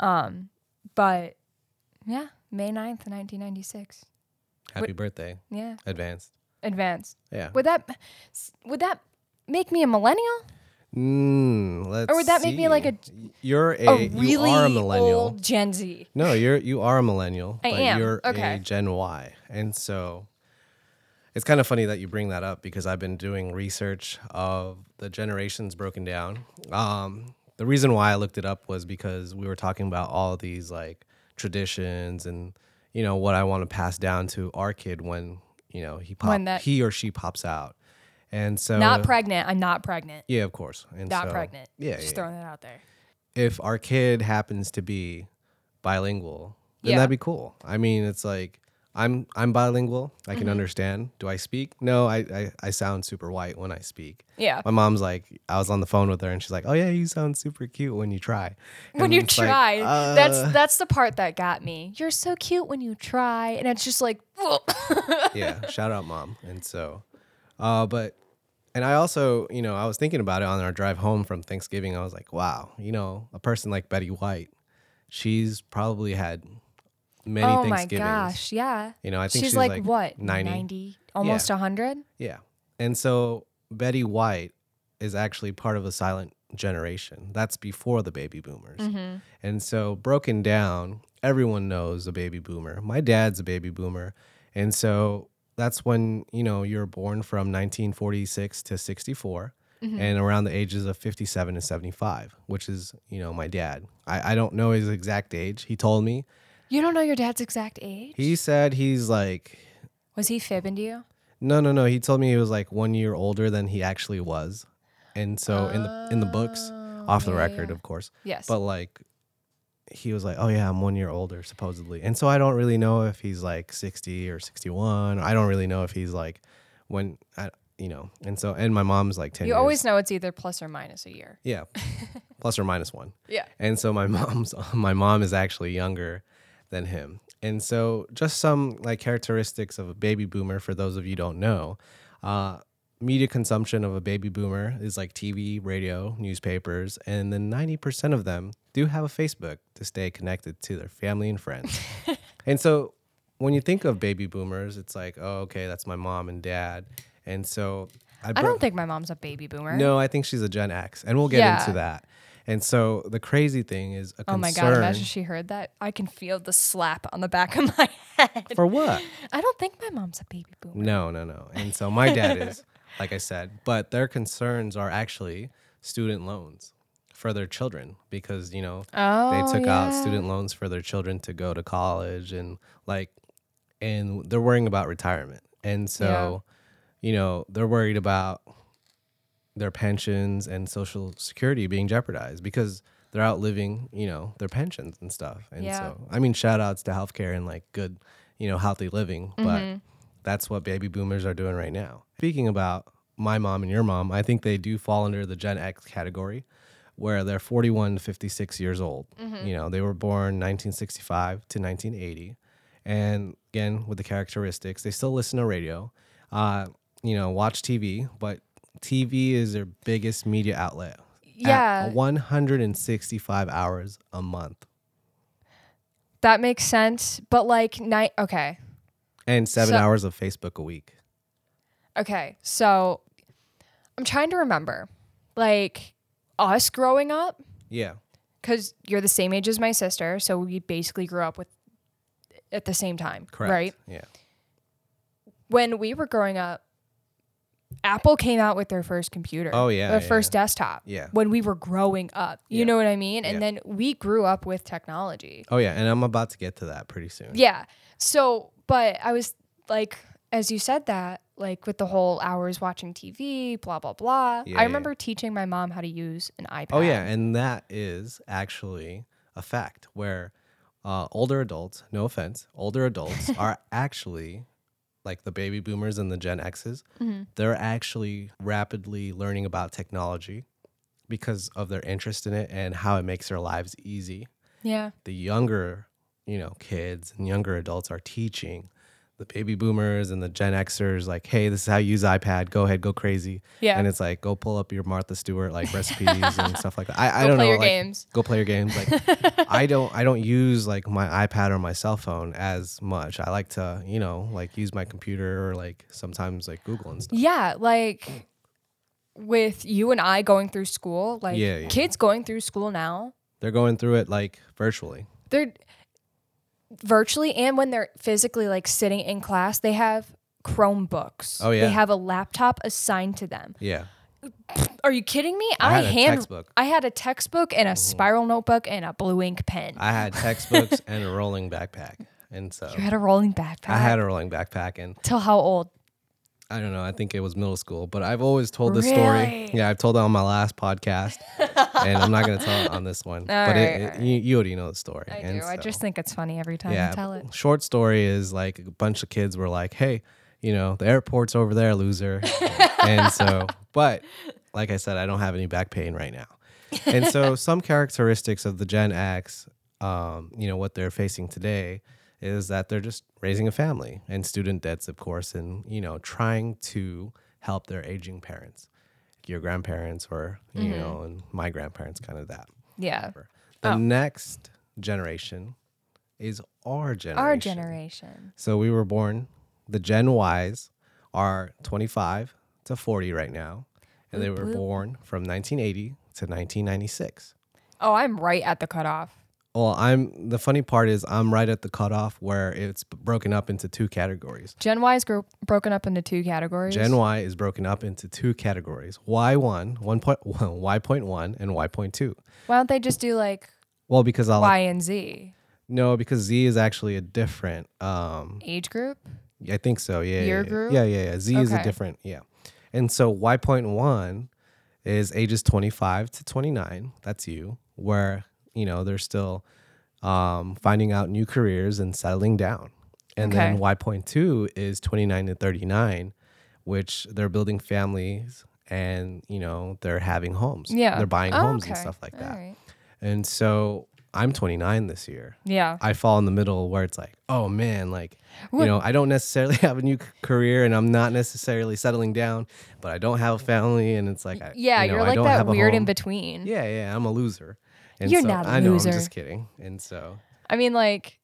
Speaker 1: Um but yeah, May 9th, 1996.
Speaker 2: Happy birthday.
Speaker 1: Yeah,
Speaker 2: Advanced.
Speaker 1: advanced.
Speaker 2: Yeah.
Speaker 1: Would that would that make me a millennial?
Speaker 2: Mm, let's
Speaker 1: Or would that make me like a-
Speaker 2: see. You're a,
Speaker 1: a
Speaker 2: you
Speaker 1: really
Speaker 2: are a millennial.
Speaker 1: old Gen Z.
Speaker 2: No, you're you are a millennial.
Speaker 1: I
Speaker 2: but
Speaker 1: am.
Speaker 2: You're a
Speaker 1: Okay.
Speaker 2: Gen Y, and so it's kind of funny that you bring that up because I've been doing research of the generations broken down. Um, the reason why I looked it up was because we were talking about all these like traditions and you know what I want to pass down to our kid when you know he pop,
Speaker 1: When that-
Speaker 2: he or she pops out, and so
Speaker 1: Not pregnant. I'm not pregnant.
Speaker 2: yeah, of course, and
Speaker 1: Not
Speaker 2: so-
Speaker 1: pregnant.
Speaker 2: Yeah,
Speaker 3: Just
Speaker 2: yeah,
Speaker 3: throwing that out there.
Speaker 2: if our kid happens to be bilingual, then
Speaker 1: Yeah.
Speaker 2: that'd be cool. I mean, it's like I'm I'm bilingual. I
Speaker 1: Mm-hmm.
Speaker 2: can understand. Do I speak? No, I, I I sound super white when I speak.
Speaker 1: Yeah.
Speaker 2: My mom's like, I was on the phone with her, and she's like, "Oh yeah, you sound super cute when you try."
Speaker 1: When
Speaker 2: And
Speaker 1: you
Speaker 2: it's like,
Speaker 1: try, that's
Speaker 2: uh,
Speaker 1: that's the part that got me. You're so cute when you try, and it's just like,
Speaker 2: yeah. Shout out, mom. And so, uh, but and I also, you know, I was thinking about it on our drive home from Thanksgiving. I was like, wow, you know, a person like Betty White, she's probably had many
Speaker 1: oh my
Speaker 2: Thanksgivings.
Speaker 1: gosh, yeah.
Speaker 2: You know, I think
Speaker 1: she's,
Speaker 2: she's,
Speaker 1: like,
Speaker 2: like,
Speaker 1: what
Speaker 2: 90?
Speaker 1: ninety, almost a hundred.
Speaker 2: Yeah. And so Betty White is actually part of the silent generation. That's before the baby boomers. And so, broken down, everyone knows a baby boomer. My dad's a baby boomer. And so, that's when, you know, you're born from 1946 to 64
Speaker 1: Hmm.
Speaker 2: and around the ages of 57 and 75, which is, you know, my dad. I, I don't know his exact age. He told me.
Speaker 1: You don't know your dad's exact age?
Speaker 2: He said he's like,
Speaker 1: was he fibbing to you?
Speaker 2: no, no, no. He told me he was like one year older than he actually was. And so, in the in the books, off the
Speaker 1: Oh, yeah,
Speaker 2: record,
Speaker 1: yeah.
Speaker 2: of course.
Speaker 1: Yes.
Speaker 2: But like, he was like, "Oh yeah, I'm one year older supposedly," and so I don't really know if he's like 60 or 61. I don't really know if he's like when I, you know. And so, and my mom's like 10.
Speaker 1: you
Speaker 2: years-
Speaker 1: always know it's either plus or minus a year.
Speaker 2: yeah, plus or minus one.
Speaker 1: Yeah.
Speaker 2: And so my mom's my mom is actually younger than him. And so just some like characteristics of a baby boomer for those of you who don't know. Uh, media consumption of a baby boomer is like TV, radio, newspapers, and then 90% of them do have a Facebook to stay connected to their family and friends. and so when you think of baby boomers, it's like, oh, okay, that's my mom and dad. And so
Speaker 1: I
Speaker 2: bro-
Speaker 1: don't think my mom's a baby boomer.
Speaker 2: no, I think she's a Gen X, and we'll get
Speaker 1: Yeah.
Speaker 2: into that. And so the crazy thing is a concern
Speaker 1: Oh my god, imagine she heard that. I can feel the slap on the back of my head.
Speaker 2: for what?
Speaker 1: I don't think my mom's a baby boomer.
Speaker 2: No, no, no. And so my dad is, like I said, but their concerns are actually student loans for their children because you know
Speaker 1: Oh.
Speaker 2: they took out
Speaker 1: yeah.
Speaker 2: student loans for their children to go to college and like and they're worrying about retirement and so you know they're worried about their pensions and social security being jeopardized because they're outliving you know their pensions and stuff and
Speaker 1: Yeah.
Speaker 2: so i mean shout outs to healthcare and like good you know healthy living but that's what baby boomers are doing right now speaking about my mom and your mom i think they do fall under the gen x category where they're 41 to 56 years old. You know, they were born 1965 to 1980. And again, with the characteristics, they still listen to radio, uh, you know, watch TV, but TV is their biggest media outlet. at
Speaker 1: Yeah.
Speaker 2: 165 hours a month
Speaker 1: That makes sense. But like night okay.
Speaker 2: and seven
Speaker 1: So-
Speaker 2: hours of Facebook a week.
Speaker 1: Okay. So I'm trying to remember. Like us growing up,
Speaker 2: Yeah.
Speaker 1: because you're the same age as my sister, so we basically grew up with at the same time.
Speaker 2: Correct.
Speaker 1: Right.
Speaker 2: Yeah.
Speaker 1: When we were growing up, Apple came out with their first computer.
Speaker 2: Oh, yeah,
Speaker 1: Their
Speaker 2: yeah,
Speaker 1: first desktop.
Speaker 2: Yeah.
Speaker 1: When we were growing up. You
Speaker 2: Yeah.
Speaker 1: know what I mean? And
Speaker 2: Yeah.
Speaker 1: then we grew up with technology.
Speaker 2: Oh, yeah. And I'm about to get to that pretty soon.
Speaker 1: Yeah. So, but I was like, as you said that, like with the whole hours watching TV, blah, blah, blah.
Speaker 2: Yeah,
Speaker 1: I
Speaker 2: yeah.
Speaker 1: remember teaching my mom how to use an iPad.
Speaker 2: Oh yeah, and that is actually a fact where uh, older adults, no offense, older adults are actually like the baby boomers and the Gen X's.
Speaker 1: Mm-hmm.
Speaker 2: They're actually rapidly learning about technology because of their interest in it and how it makes their lives easy.
Speaker 1: Yeah.
Speaker 2: The younger, you know, kids and younger adults are teaching the baby boomers and the Gen Xers like, hey, this is how you use iPad. Go ahead, go crazy.
Speaker 1: Yeah.
Speaker 2: And it's like, go pull up your Martha Stewart like recipes and stuff like that. I, I
Speaker 1: Go
Speaker 2: don't
Speaker 1: play
Speaker 2: know.
Speaker 1: your
Speaker 2: like,
Speaker 1: games.
Speaker 2: Go play your games. Like I don't I don't use like my iPad or my cell phone as much. I like to, you know, like use my computer or like sometimes like Google and stuff.
Speaker 1: Yeah. Like with you and I going through school, like
Speaker 2: Yeah, yeah.
Speaker 1: kids going through school now,
Speaker 2: They're going through it like virtually.
Speaker 1: they're virtually and when they're physically like sitting in class, they have Chromebooks.
Speaker 2: Oh, yeah.
Speaker 1: They have a laptop assigned to them.
Speaker 2: Yeah.
Speaker 1: Are you kidding me?
Speaker 2: I
Speaker 1: I,
Speaker 2: had a
Speaker 1: hand
Speaker 2: textbook.
Speaker 1: I had a textbook and a spiral notebook and a blue ink pen.
Speaker 2: Oh. I had textbooks and a rolling backpack. And so
Speaker 1: you had a rolling backpack.
Speaker 2: I had a rolling backpack and
Speaker 1: till how old?
Speaker 2: I don't know. I think it was middle school, but I've always told this story.
Speaker 1: Really?
Speaker 2: Yeah, I've told it on my last podcast, and I'm not going to tell it on this one. but
Speaker 1: right,
Speaker 2: it,
Speaker 1: all
Speaker 2: it, you, you already know the story.
Speaker 1: I
Speaker 2: and
Speaker 1: do. I
Speaker 2: so-
Speaker 1: just think it's funny every time
Speaker 2: yeah.
Speaker 1: I tell it.
Speaker 2: Short story is like a bunch of kids were like, "Hey, you know, the airport's over there, loser." and so, but like I said, I don't have any back pain right now. And so, some characteristics of the Gen X, um, you know, what they're facing today is that they're just raising a family and student debts, of course, and you know, trying to help their aging parents, your grandparents, or you know, and my grandparents, kind of that.
Speaker 1: Yeah.
Speaker 2: The next generation is our generation.
Speaker 1: Our generation.
Speaker 2: So we were born, the Gen Ys are 25 to 40 right now. And they were born from 1980 to 1996.
Speaker 1: Oh, I'm right at the cutoff.
Speaker 2: Well, I'm the funny part is I'm right at the cutoff where it's b- broken up into two categories.
Speaker 1: Gen Y is gro- broken up into two categories.
Speaker 2: Gen Y is broken up into two categories: Y1, one point, Y.1, and Y.2.
Speaker 1: Why don't they just do like
Speaker 2: Well, because I'll
Speaker 1: Y and Z
Speaker 2: no, because Z is actually a different. Um,
Speaker 1: age group?
Speaker 2: I think so. Yeah.
Speaker 1: Year
Speaker 2: yeah,
Speaker 1: group?
Speaker 2: Yeah, yeah, yeah. Z is a
Speaker 1: Okay.
Speaker 2: different. Yeah, and so Y.1 is ages 25 to 29. That's you, where you know they're still um, finding out new careers and settling down. And then
Speaker 1: Okay.
Speaker 2: Y.2 is 29 to 39, which they're building families and you know they're having homes.
Speaker 1: Yeah.
Speaker 2: they're buying
Speaker 1: Oh,
Speaker 2: homes and
Speaker 1: okay.
Speaker 2: stuff like
Speaker 1: All
Speaker 2: that.
Speaker 1: right.
Speaker 2: And so I'm 29 this year.
Speaker 1: Yeah.
Speaker 2: I fall in the middle where it's like, oh man, like, you know, I don't necessarily have a new c- career and I'm not necessarily settling down, but I don't have a family. And it's like, I,
Speaker 1: yeah,
Speaker 2: you know,
Speaker 1: you're
Speaker 2: I
Speaker 1: like
Speaker 2: don't
Speaker 1: that
Speaker 2: have a
Speaker 1: weird in
Speaker 2: home.
Speaker 1: between.
Speaker 2: Yeah, yeah, I'm a loser. And
Speaker 1: You're
Speaker 2: so,
Speaker 1: not a
Speaker 2: I know,
Speaker 1: loser.
Speaker 2: I'm just kidding. And so,
Speaker 1: I mean, like,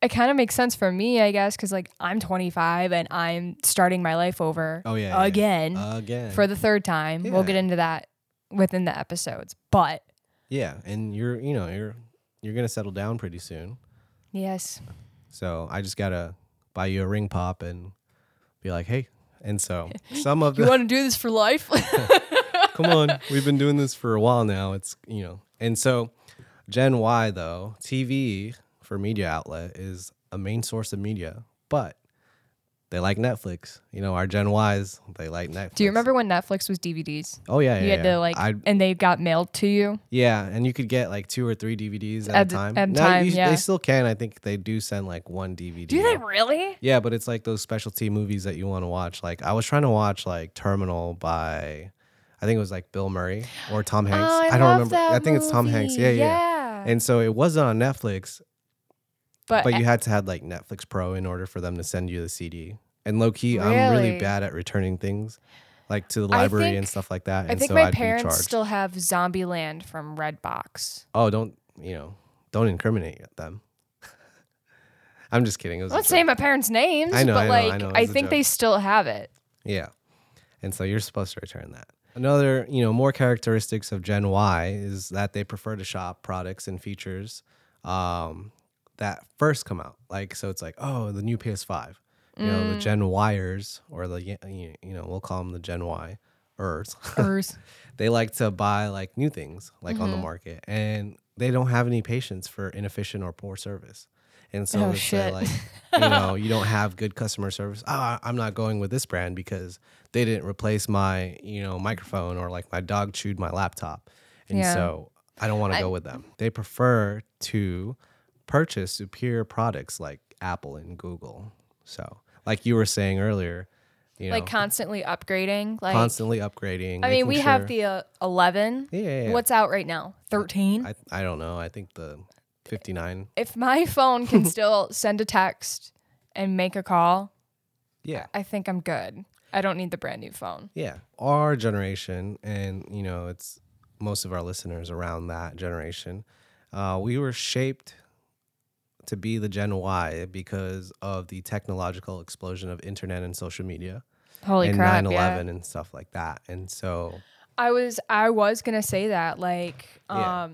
Speaker 1: it kind of makes sense for me, I guess, because like I'm 25 and I'm starting my life over
Speaker 2: oh yeah. yeah, yeah.
Speaker 1: again
Speaker 2: Again.
Speaker 1: for the third time. We'll
Speaker 2: Yeah.
Speaker 1: get into that within the episodes, but
Speaker 2: yeah. And you're, you know, you're, you're going to settle down pretty soon.
Speaker 1: yes,
Speaker 2: So I just got to buy you a ring pop and be like, hey. And so some of
Speaker 1: you
Speaker 2: the,
Speaker 1: want to do this for life?
Speaker 2: come on we've been doing this for a while now it's you know and so gen y though tv for media outlet is a main source of media but they like netflix you know our gen y's they like netflix
Speaker 1: do you remember when Netflix was DVDs?
Speaker 2: oh yeah, yeah
Speaker 1: You had
Speaker 2: yeah.
Speaker 1: to like,
Speaker 2: I,
Speaker 1: and they got mailed to you.
Speaker 2: yeah and you could get like two or three dvds at,
Speaker 1: At
Speaker 2: a
Speaker 1: the-
Speaker 2: time
Speaker 1: at a
Speaker 2: Now,
Speaker 1: time,
Speaker 2: you-
Speaker 1: yeah.
Speaker 2: they still can i think they do send like one dvd
Speaker 1: Do they
Speaker 2: out.
Speaker 1: really?
Speaker 2: yeah but it's like those specialty movies that you want to watch like i was trying to watch like terminal by i think it was like bill murray or tom hanks
Speaker 1: Oh, I,
Speaker 2: don't
Speaker 1: love
Speaker 2: remember
Speaker 1: That
Speaker 2: i think it's tom hanks
Speaker 1: movie.
Speaker 2: yeah, yeah. And so it wasn't on Netflix,
Speaker 1: but
Speaker 2: but you had to have like Netflix Pro in order for them to send you the CD. And low key, I'm
Speaker 1: Really?
Speaker 2: really bad at returning things, like to the
Speaker 1: I
Speaker 2: library
Speaker 1: think-
Speaker 2: and stuff like that.
Speaker 1: I
Speaker 2: and
Speaker 1: think
Speaker 2: so
Speaker 1: my
Speaker 2: I'd be
Speaker 1: parents
Speaker 2: charged.
Speaker 1: still have Zombieland from Redbox.
Speaker 2: oh, don't you know? Don't incriminate them. I'm just kidding. It was
Speaker 1: I
Speaker 2: a
Speaker 1: won't
Speaker 2: joke.
Speaker 1: say my parents' names,
Speaker 2: I know,
Speaker 1: but
Speaker 2: I know, I
Speaker 1: like I,
Speaker 2: know, it's a
Speaker 1: think
Speaker 2: joke.
Speaker 1: they still have it.
Speaker 2: Yeah. And so you're supposed to return that. Another, you know, more characteristics of Gen Y is that they prefer to shop products and features um, that first come out. Like, so it's like, oh, the new PS5. You know, the Gen Yers, or the, y- you you know, we'll call them the Gen Y ers. they like to buy like new things like
Speaker 1: Mm-hmm.
Speaker 2: on the market and they don't have any patience for inefficient or poor service and so
Speaker 1: Oh,
Speaker 2: let's say
Speaker 1: shit.
Speaker 2: like you know you don't have good customer service ah i'm not going with this brand because they didn't replace my you know microphone or like my dog chewed my laptop and
Speaker 1: Yeah.
Speaker 2: so i don't want to go with them they prefer to purchase superior products like apple and google so like you were saying earlier you know
Speaker 1: like constantly upgrading. Like
Speaker 2: constantly upgrading
Speaker 1: I mean,
Speaker 2: making
Speaker 1: we have
Speaker 2: sure-
Speaker 1: the uh, 11.
Speaker 2: yeah, yeah, yeah.
Speaker 1: What's out right now? 13.
Speaker 2: I I don't know. I think the 59.
Speaker 1: if my phone can still send a text and make a call,
Speaker 2: Yeah.
Speaker 1: I think I'm good. I don't need the brand new phone.
Speaker 2: Yeah. Our generation and you know, it's most of our listeners around that generation. Uh, we were shaped to be the Gen Y because of the technological explosion of internet and social media
Speaker 1: Holy
Speaker 2: and
Speaker 1: crap!
Speaker 2: 9/11
Speaker 1: yeah.
Speaker 2: and stuff like that. And so
Speaker 1: I was I was gonna say that like um
Speaker 2: Yeah.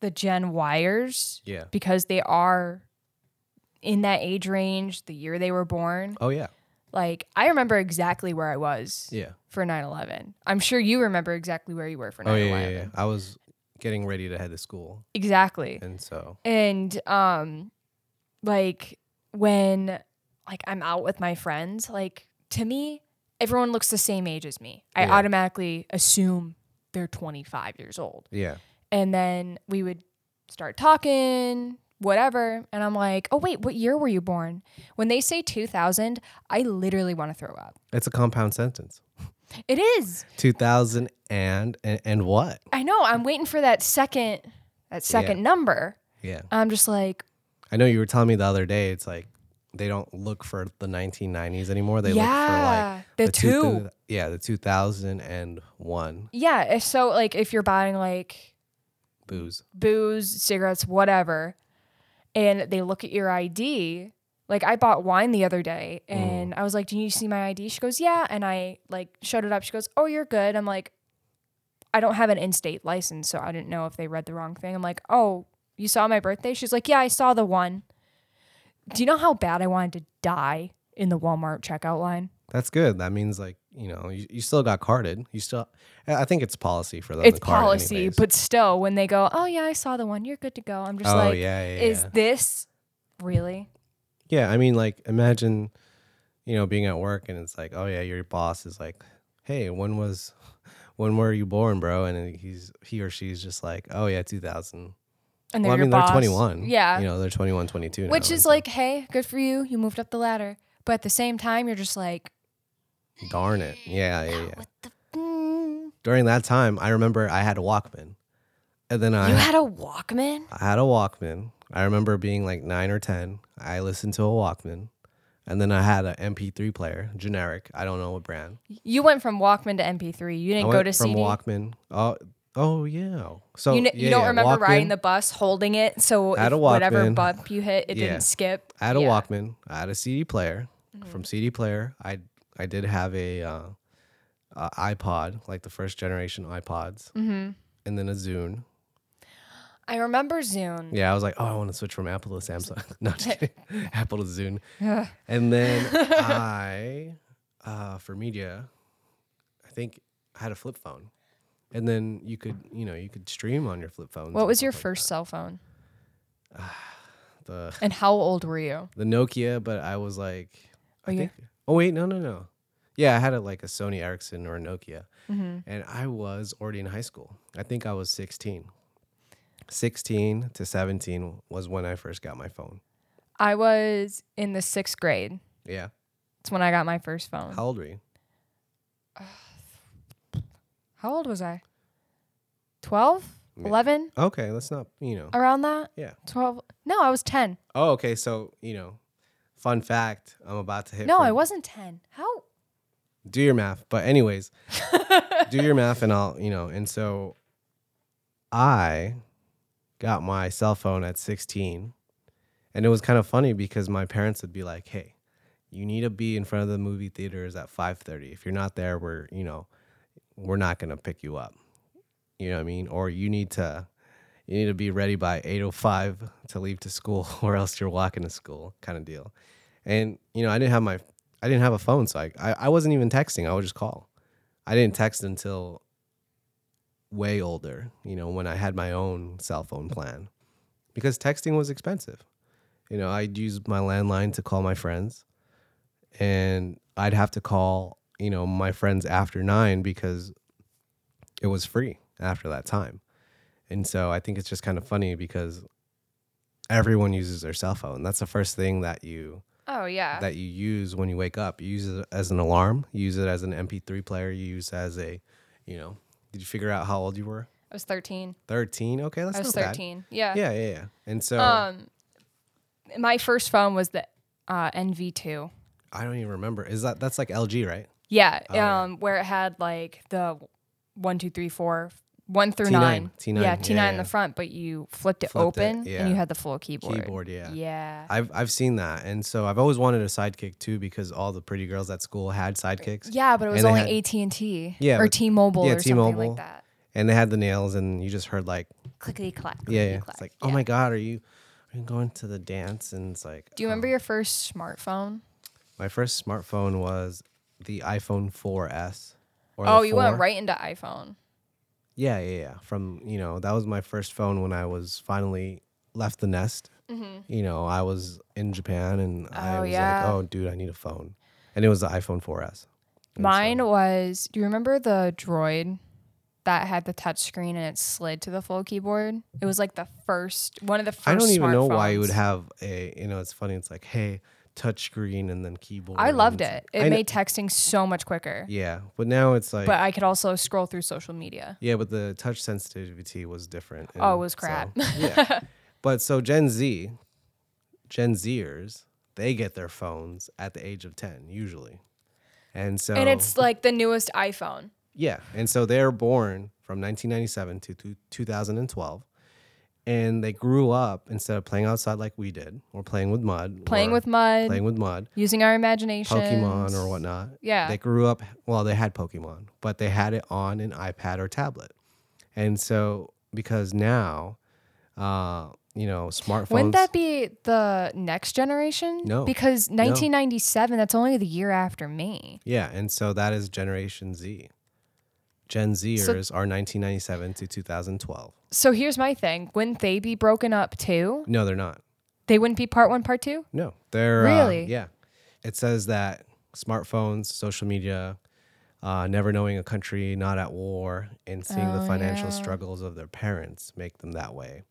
Speaker 1: the Gen Wires
Speaker 2: yeah.
Speaker 1: because they are in that age range, the year they were born.
Speaker 2: Oh yeah.
Speaker 1: Like I remember exactly where I was
Speaker 2: Yeah.
Speaker 1: for 9/11. I'm sure you remember exactly where you were for 9/11.
Speaker 2: Oh yeah, yeah, yeah. I was getting ready to head to school.
Speaker 1: Exactly.
Speaker 2: And so
Speaker 1: And um like when like I'm out with my friends, like to me everyone looks the same age as me. I
Speaker 2: Yeah.
Speaker 1: automatically assume they're 25 years old.
Speaker 2: yeah.
Speaker 1: And then we would start talking, whatever. And I'm like, oh, wait, what year were you born? When they say 2000, I literally want to throw up.
Speaker 2: It's a compound sentence.
Speaker 1: It is.
Speaker 2: 2000 and and, and what?
Speaker 1: I know. I'm waiting for that second, that second number.
Speaker 2: Yeah.
Speaker 1: I'm just like,
Speaker 2: I know you were telling me the other day. It's like they don't look for the 1990s anymore. They
Speaker 1: yeah,
Speaker 2: look for like
Speaker 1: the,
Speaker 2: two-
Speaker 1: two.
Speaker 2: the- yeah, the 2001
Speaker 1: yeah. if So like, if you're buying like
Speaker 2: booze.
Speaker 1: booze, cigarettes, whatever, and they look at your ID, Like I bought wine the other day
Speaker 2: Mm.
Speaker 1: and I was like, "Do you see my ID?" She goes, "Yeah." And I like showed it up. She goes, "Oh, you're good." I'm like, "I don't have an in-state license, so I didn't know if they read the wrong thing." I'm like, "Oh, you saw my birthday?" She's like, "Yeah, I saw the one." Do you know how bad I wanted to die in the Walmart checkout line?
Speaker 2: That's good. That means like you know you, you still got carded. You still. I I think it's policy for them.
Speaker 1: it's
Speaker 2: to card
Speaker 1: policy,
Speaker 2: anyways.
Speaker 1: but still, when they go, "Oh yeah, I saw the one. You're good to go." I'm just
Speaker 2: oh
Speaker 1: like,
Speaker 2: yeah, yeah,
Speaker 1: "Is
Speaker 2: yeah.
Speaker 1: this really?"
Speaker 2: yeah. I mean, like imagine, you know, being at work and it's like, oh yeah, your boss is like, hey, when was, when were you born, bro? And he's he or she's just like, oh yeah, two thousand.
Speaker 1: And
Speaker 2: Well, I
Speaker 1: your
Speaker 2: mean, they're
Speaker 1: boss.
Speaker 2: 21.
Speaker 1: Yeah,
Speaker 2: you know, they're 21, 22 now,
Speaker 1: Which
Speaker 2: and
Speaker 1: is
Speaker 2: so,
Speaker 1: like, hey, good for you. You moved up the ladder. But at the same time, you're just like, "Ah,
Speaker 2: darn it, yeah, yeah, yeah.
Speaker 3: What the? Mm.
Speaker 2: During that time, I remember I had a Walkman, and then I
Speaker 3: You had a Walkman?
Speaker 2: I had a Walkman. I remember being like nine or 10. I listened to a Walkman. And then I had an MP3 player, generic. I don't know what brand.
Speaker 1: you went from Walkman to MP3. You
Speaker 2: I
Speaker 1: didn't go
Speaker 2: went
Speaker 1: to
Speaker 2: from
Speaker 1: CD.
Speaker 2: Walkman. Oh, oh yeah. So
Speaker 1: you, kn-
Speaker 2: yeah,
Speaker 1: you don't
Speaker 2: yeah,
Speaker 1: remember
Speaker 2: Walkman.
Speaker 1: riding the bus, holding it, so
Speaker 2: I had
Speaker 1: if
Speaker 2: a
Speaker 1: whatever
Speaker 2: Walkman.
Speaker 1: bump you hit, it
Speaker 2: Yeah.
Speaker 1: didn't skip.
Speaker 2: I had a
Speaker 1: Yeah. Mm-hmm.
Speaker 2: Walkman. I had a CD player. From CD player, I I did have a uh, uh, iPod, like the first generation iPods,
Speaker 1: Mhm.
Speaker 2: and then a Zune.
Speaker 1: I remember Zune.
Speaker 2: Yeah, I was like, oh, I want to switch from Apple to Samsung. no, just kidding. Apple to Zune. And then I, uh, for media, I think I had a flip phone. And then you could, you know, you could stream on your flip phone.
Speaker 1: What was your first cell phone,
Speaker 2: the
Speaker 1: and how old were you?
Speaker 2: the Nokia? But I was like,
Speaker 1: Oh,
Speaker 2: I
Speaker 1: yeah.
Speaker 2: think. Oh wait, no, no, no. Yeah, I had a, like a Sony Ericsson or a Nokia,
Speaker 1: Mm-hmm.
Speaker 2: and I was already in high school. I think I was sixteen. Sixteen to seventeen was when I first got my phone.
Speaker 1: I was in the sixth grade.
Speaker 2: Yeah.
Speaker 1: It's when I got my first phone.
Speaker 2: How old were you?
Speaker 1: How old was I? 12?
Speaker 2: Yeah.
Speaker 1: 11?
Speaker 2: Okay, let's not. You know.
Speaker 1: Around that?
Speaker 2: Yeah.
Speaker 1: 12? No, I was 10.
Speaker 2: Oh, okay. So you know, fun fact. I'm about to hit.
Speaker 1: No,
Speaker 2: from-
Speaker 1: I wasn't 10. How?
Speaker 2: do your math. But anyways, do your math and I'll, you know, and so I got my cell phone at 16. And it was kind of funny because my parents would be like, "Hey, you need to be in front of the movie theaters at 5:30. If you're not there, we're, you know, we're not going to pick you up." You know what I mean? Or you need to you need to be ready by 8:05 to leave to school or else you're walking to school kind of deal. And you know, I didn't have my I didn't have a phone, so I, I I wasn't even texting. I would just call. I didn't text until way older, you know, when I had my own cell phone plan. Because texting was expensive. You know, I'd use my landline to call my friends and I'd have to call, you know, my friends after 9 because it was free after that time. And so I think it's just kind of funny because everyone uses their cell phone. That's the first thing that you
Speaker 1: Oh, yeah.
Speaker 2: that you use when you wake up. You use it as an alarm. You use it as an MP3 player. You use it as a, you know, did you figure out how old you were?
Speaker 1: I was 13.
Speaker 2: 13. Okay, that's
Speaker 1: I was
Speaker 2: not
Speaker 1: 13. Yeah.
Speaker 2: bad. Yeah, yeah, yeah. And so
Speaker 1: Um, my first phone was the uh, NV2.
Speaker 2: I don't even remember. Is that that's like LG, right?
Speaker 1: Yeah.
Speaker 2: Oh, yeah.
Speaker 1: um, where it had like the one, two, three, four, one through
Speaker 2: T9,
Speaker 1: 9
Speaker 2: T9,
Speaker 1: Yeah,
Speaker 2: yeah,
Speaker 1: T9 in
Speaker 2: yeah.
Speaker 1: the front, but you flipped it
Speaker 2: Flipped it,
Speaker 1: open
Speaker 2: yeah.
Speaker 1: and you had the full keyboard.
Speaker 2: Keyboard, yeah.
Speaker 1: Yeah.
Speaker 2: I've I've seen that, and so I've always wanted a sidekick too because all the pretty girls at school had sidekicks.
Speaker 1: yeah, but it was
Speaker 2: and they
Speaker 1: only
Speaker 2: had-
Speaker 1: AT&T
Speaker 2: Yeah,
Speaker 1: or
Speaker 2: but-
Speaker 1: T-Mobile
Speaker 2: yeah,
Speaker 1: or something
Speaker 2: T-Mobile.
Speaker 1: like that.
Speaker 2: and they had the nails, and you just heard like,
Speaker 1: Clickety clack.
Speaker 2: yeah,
Speaker 1: clickety
Speaker 2: yeah.
Speaker 1: clack.
Speaker 2: it's like, oh my god, are you are you going to the dance? And it's like,
Speaker 1: Do you remember your first smartphone?
Speaker 2: my first smartphone was the iPhone 4S. Or the
Speaker 1: Oh, you went
Speaker 2: 4.
Speaker 1: right into iPhone.
Speaker 2: Yeah, yeah, yeah. From you know, that was my first phone when I was finally left the nest. You know, I was in Japan and I
Speaker 1: Mm-hmm. Oh,
Speaker 2: was
Speaker 1: yeah.
Speaker 2: like, oh, dude, I need a phone, and it was the iPhone 4S. And
Speaker 1: Mine was. Do you remember the Droid that had the touch screen and it slid to the full keyboard? It was like the first one of the first.
Speaker 2: I don't even know why you would
Speaker 1: smartphones.
Speaker 2: have a. You know, it's funny. It's like, hey, touchscreen and then keyboard.
Speaker 1: I
Speaker 2: and
Speaker 1: loved
Speaker 2: it's-
Speaker 1: it. It
Speaker 2: I kn-
Speaker 1: made texting so much quicker.
Speaker 2: Yeah, but now it's like.
Speaker 1: But I could also scroll through social media.
Speaker 2: yeah, but the touch sensitivity was different.
Speaker 1: Oh, it
Speaker 2: and
Speaker 1: was
Speaker 2: so-
Speaker 1: crap.
Speaker 2: yeah. But so Gen Z, Gen Zers, they get their phones at the age of 10 usually. And so
Speaker 1: And it's like the newest iPhone.
Speaker 2: yeah, and so they're born from 1997 to two- 2012. and they grew up instead of playing outside like we did, or playing with mud,
Speaker 1: Playing
Speaker 2: or
Speaker 1: with mud,
Speaker 2: playing with mud,
Speaker 1: using our imagination.
Speaker 2: Pokemon or whatnot.
Speaker 1: Yeah.
Speaker 2: They grew up, well, they had Pokemon, but they had it on an iPad or tablet. And so, because now, uh, you know, smartphones.
Speaker 1: Wouldn't that be the next generation?
Speaker 2: No.
Speaker 1: Because 1997, that's only the year after me.
Speaker 2: yeah. And so that is Generation Z. Gen Zers
Speaker 1: So-
Speaker 2: are 1997 to 2012.
Speaker 1: So here's my thing. Wouldn't they be broken up too?
Speaker 2: No, they're not.
Speaker 1: They wouldn't be part one, part two?
Speaker 2: No, they're uh,
Speaker 1: Really?
Speaker 2: yeah. It says that smartphones, social media, uh, never knowing a country, not at war, and seeing the
Speaker 1: Oh,
Speaker 2: financial
Speaker 1: yeah.
Speaker 2: struggles of their parents make them that way.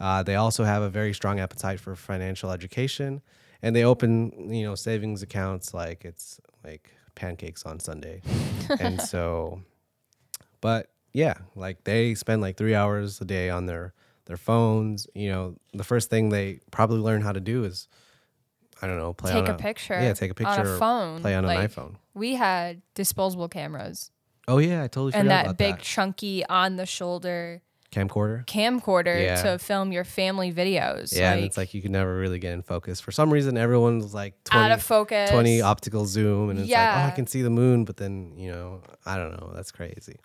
Speaker 2: Uh, they also have a very strong appetite for financial education, and they open you know savings accounts like it's like pancakes on Sunday, and so, but yeah, like they spend like three hours a day on their their phones. You know, the first thing they probably learn how to do is I don't know, play
Speaker 1: Take
Speaker 2: on
Speaker 1: a picture
Speaker 2: Yeah, take a picture
Speaker 1: on a
Speaker 2: or
Speaker 1: phone,
Speaker 2: Play on an
Speaker 1: like-
Speaker 2: iPhone.
Speaker 1: We had disposable cameras
Speaker 2: Oh yeah, I totally forgot
Speaker 1: and that
Speaker 2: about
Speaker 1: big
Speaker 2: that.
Speaker 1: chunky on the shoulder
Speaker 2: camcorder.
Speaker 1: camcorder
Speaker 2: Yeah.
Speaker 1: to film your family videos.
Speaker 2: Yeah, and it's like you can never really get in focus. For some reason, everyone's like 20,
Speaker 1: out of focus.
Speaker 2: 20 optical zoom, and it's like,
Speaker 1: Yeah.
Speaker 2: oh, I can see the moon, but then, you know, I don't know. That's crazy.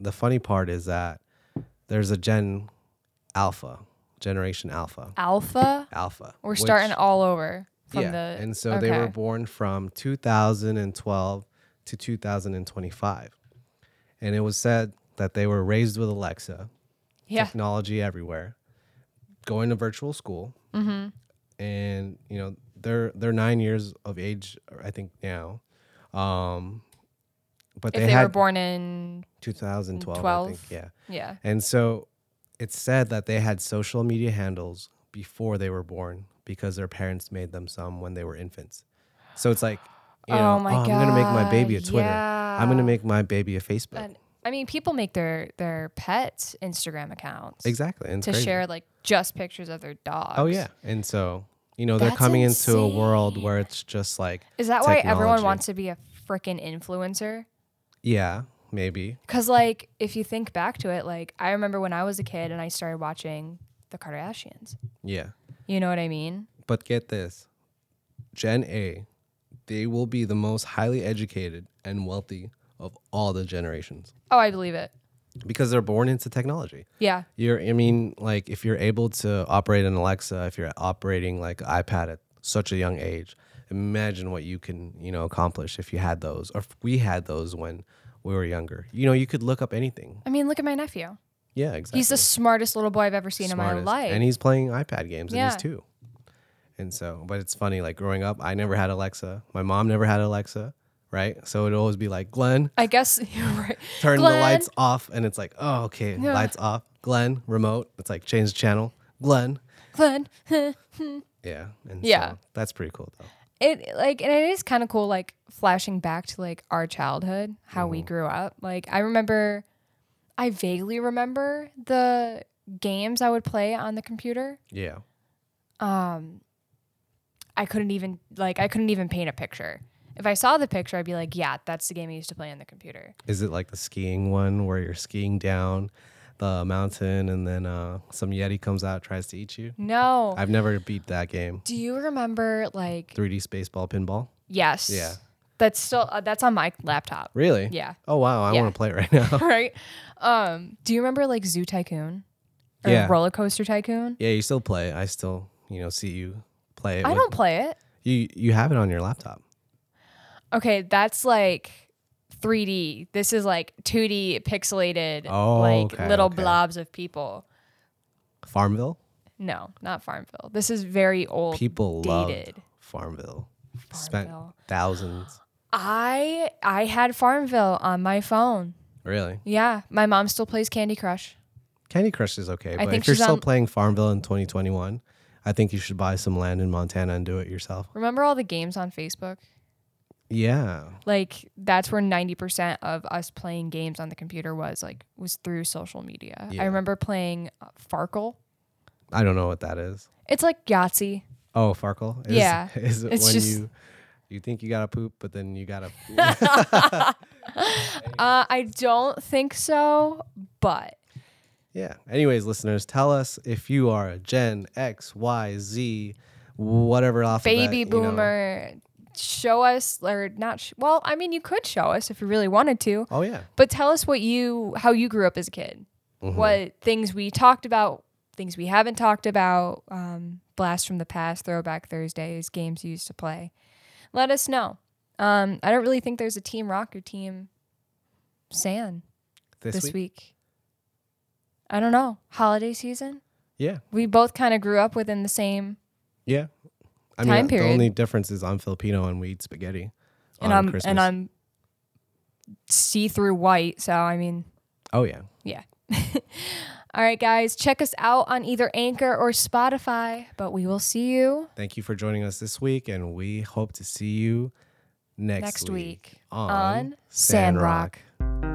Speaker 2: The funny part is that there's a Gen Alpha, Generation Alpha.
Speaker 1: Alpha.
Speaker 2: Alpha.
Speaker 1: We're
Speaker 2: which-
Speaker 1: starting all over from
Speaker 2: yeah,
Speaker 1: the.
Speaker 2: and so they were
Speaker 1: okay.
Speaker 2: born from 2012 to 2025. And it was said that they were raised with Alexa,
Speaker 1: Yeah.
Speaker 2: technology everywhere, going to virtual school,
Speaker 1: mm-hmm.
Speaker 2: and you know they're they're nine years of age, I think now, um, but
Speaker 1: If
Speaker 2: they,
Speaker 1: they,
Speaker 2: had
Speaker 1: were born in.
Speaker 2: 2012, I think,
Speaker 1: 12.
Speaker 2: yeah,
Speaker 1: Yeah.
Speaker 2: and so it's said that they had social media handles before they were born because their parents made them some when they were infants. So it's like, you
Speaker 1: Oh
Speaker 2: know,
Speaker 1: my
Speaker 2: I'm gonna make my baby a
Speaker 1: God,
Speaker 2: Twitter. I'm gonna
Speaker 1: yeah.
Speaker 2: make my baby a Facebook.
Speaker 1: And, I mean, people make their their pets Instagram accounts
Speaker 2: exactly. And it's
Speaker 1: to
Speaker 2: crazy.
Speaker 1: share like just pictures of their dogs.
Speaker 2: Oh yeah. And so, you know, they're
Speaker 1: That's
Speaker 2: coming into a world where it's just like
Speaker 1: Is that why everyone
Speaker 2: technology.
Speaker 1: wants to be a freaking influencer?
Speaker 2: Yeah, maybe.
Speaker 1: Because, like, if you think back to it, like, I remember when I was a kid and I started watching the Kardashians.
Speaker 2: Yeah.
Speaker 1: You know what I mean?
Speaker 2: But get this. Gen A, they will be the most highly educated and wealthy of all the generations
Speaker 1: Oh, I believe it.
Speaker 2: because they're born into technology.
Speaker 1: Yeah.
Speaker 2: You're, I mean, like if you're able to operate an Alexa, if you're operating like iPad at such a young age, imagine what you can, you know, accomplish if you had those, or if we had those when we were younger. You know, you could look up anything.
Speaker 1: I mean, look at my nephew.
Speaker 2: Yeah, exactly.
Speaker 1: He's the smartest little boy I've ever seen in
Speaker 2: Smartest.
Speaker 1: my life.
Speaker 2: and he's playing iPad games, and
Speaker 1: Yeah.
Speaker 2: he's two. And so, but it's funny. Like growing up, I never had Alexa. My mom never had Alexa, right? So it'd always be like, Glenn,
Speaker 1: I guess you're right.
Speaker 2: turn the
Speaker 1: Glenn,
Speaker 2: lights off, and it's like, oh, okay,
Speaker 1: Yeah.
Speaker 2: lights off. Glenn, remote. It's like change the channel. Glenn,
Speaker 1: Glenn.
Speaker 2: Yeah. And
Speaker 1: Yeah.
Speaker 2: So that's pretty cool though.
Speaker 1: it like and it is kind of cool like flashing back to like our childhood how
Speaker 2: Mm-hmm.
Speaker 1: we grew up like i remember i vaguely remember the games i would play on the computer
Speaker 2: Yeah.
Speaker 1: um i couldn't even like i couldn't even paint a picture if i saw the picture i'd be like yeah that's the game i used to play on the computer
Speaker 2: Is it like the skiing one where you're skiing down the mountain and then uh, some Yeti comes out tries to eat you?
Speaker 1: no
Speaker 2: I've never beat that game.
Speaker 1: do you remember like
Speaker 2: 3D Spaceball Pinball?
Speaker 1: yes
Speaker 2: Yeah.
Speaker 1: that's still uh, that's on my laptop
Speaker 2: Really?
Speaker 1: yeah
Speaker 2: Oh wow, I
Speaker 1: Yeah.
Speaker 2: want to play it right now.
Speaker 1: right um do you remember like zoo tycoon or
Speaker 2: Yeah.
Speaker 1: roller coaster tycoon
Speaker 2: yeah, you still play. it. I still, you know, see you play it.
Speaker 1: I
Speaker 2: with-
Speaker 1: don't play it.
Speaker 2: you you have it on your laptop.
Speaker 1: Okay, that's like 3D. This is like 2D pixelated,
Speaker 2: Oh,
Speaker 1: like
Speaker 2: okay,
Speaker 1: little
Speaker 2: okay.
Speaker 1: blobs of people.
Speaker 2: Farmville?
Speaker 1: No, not Farmville. This is very old.
Speaker 2: People
Speaker 1: dated.
Speaker 2: loved Farmville. Spent
Speaker 1: Farmville.
Speaker 2: thousands.
Speaker 1: I I had Farmville on my phone.
Speaker 2: Really?
Speaker 1: Yeah, my mom still plays Candy Crush.
Speaker 2: Candy Crush is okay, but
Speaker 1: think
Speaker 2: if you're
Speaker 1: she's
Speaker 2: still
Speaker 1: on-
Speaker 2: playing Farmville in 2021, I think you should buy some land in Montana and do it yourself.
Speaker 1: Remember all the games on Facebook?
Speaker 2: Yeah,
Speaker 1: Like that's where 90% of us playing games on the computer was like was through social media.
Speaker 2: Yeah.
Speaker 1: I remember playing uh, Farkle.
Speaker 2: I don't know what that is.
Speaker 1: It's like Yahtzee.
Speaker 2: Oh, Farkle. Is,
Speaker 1: Yeah,
Speaker 2: is it
Speaker 1: it's
Speaker 2: when
Speaker 1: just-
Speaker 2: you you think you gotta poop, but then you gotta
Speaker 1: Uh, I don't think so, but
Speaker 2: Yeah. Anyways, listeners, tell us if you are a Gen X, Y, Z, whatever off
Speaker 1: baby boomer. Show us, or not? Sh- well, I mean, you could show us if you really wanted to,
Speaker 2: Oh yeah.
Speaker 1: but tell us what you, how you grew up as a kid,
Speaker 2: Mhm.
Speaker 1: what things we talked about, things we haven't talked about, um, blast from the past, throwback Thursdays, games you used to play. Let us know. Um, I don't really think there's a team rock or team sand
Speaker 2: This,
Speaker 1: this,
Speaker 2: week?
Speaker 1: week? I don't know. Holiday season.
Speaker 2: Yeah.
Speaker 1: We both kind of grew up within the same,
Speaker 2: Yeah. I
Speaker 1: Time
Speaker 2: mean,
Speaker 1: period.
Speaker 2: the only difference is I'm Filipino and we eat spaghetti on
Speaker 1: and I'm
Speaker 2: Christmas.
Speaker 1: and I'm see through white. So I mean,
Speaker 2: oh yeah.
Speaker 1: yeah. All right, guys, check us out on either Anchor or Spotify. But we will see you
Speaker 2: Thank you for joining us this week, and we hope to see you next,
Speaker 1: next week
Speaker 2: on,
Speaker 1: on
Speaker 2: Sandrock.
Speaker 1: Sandrock.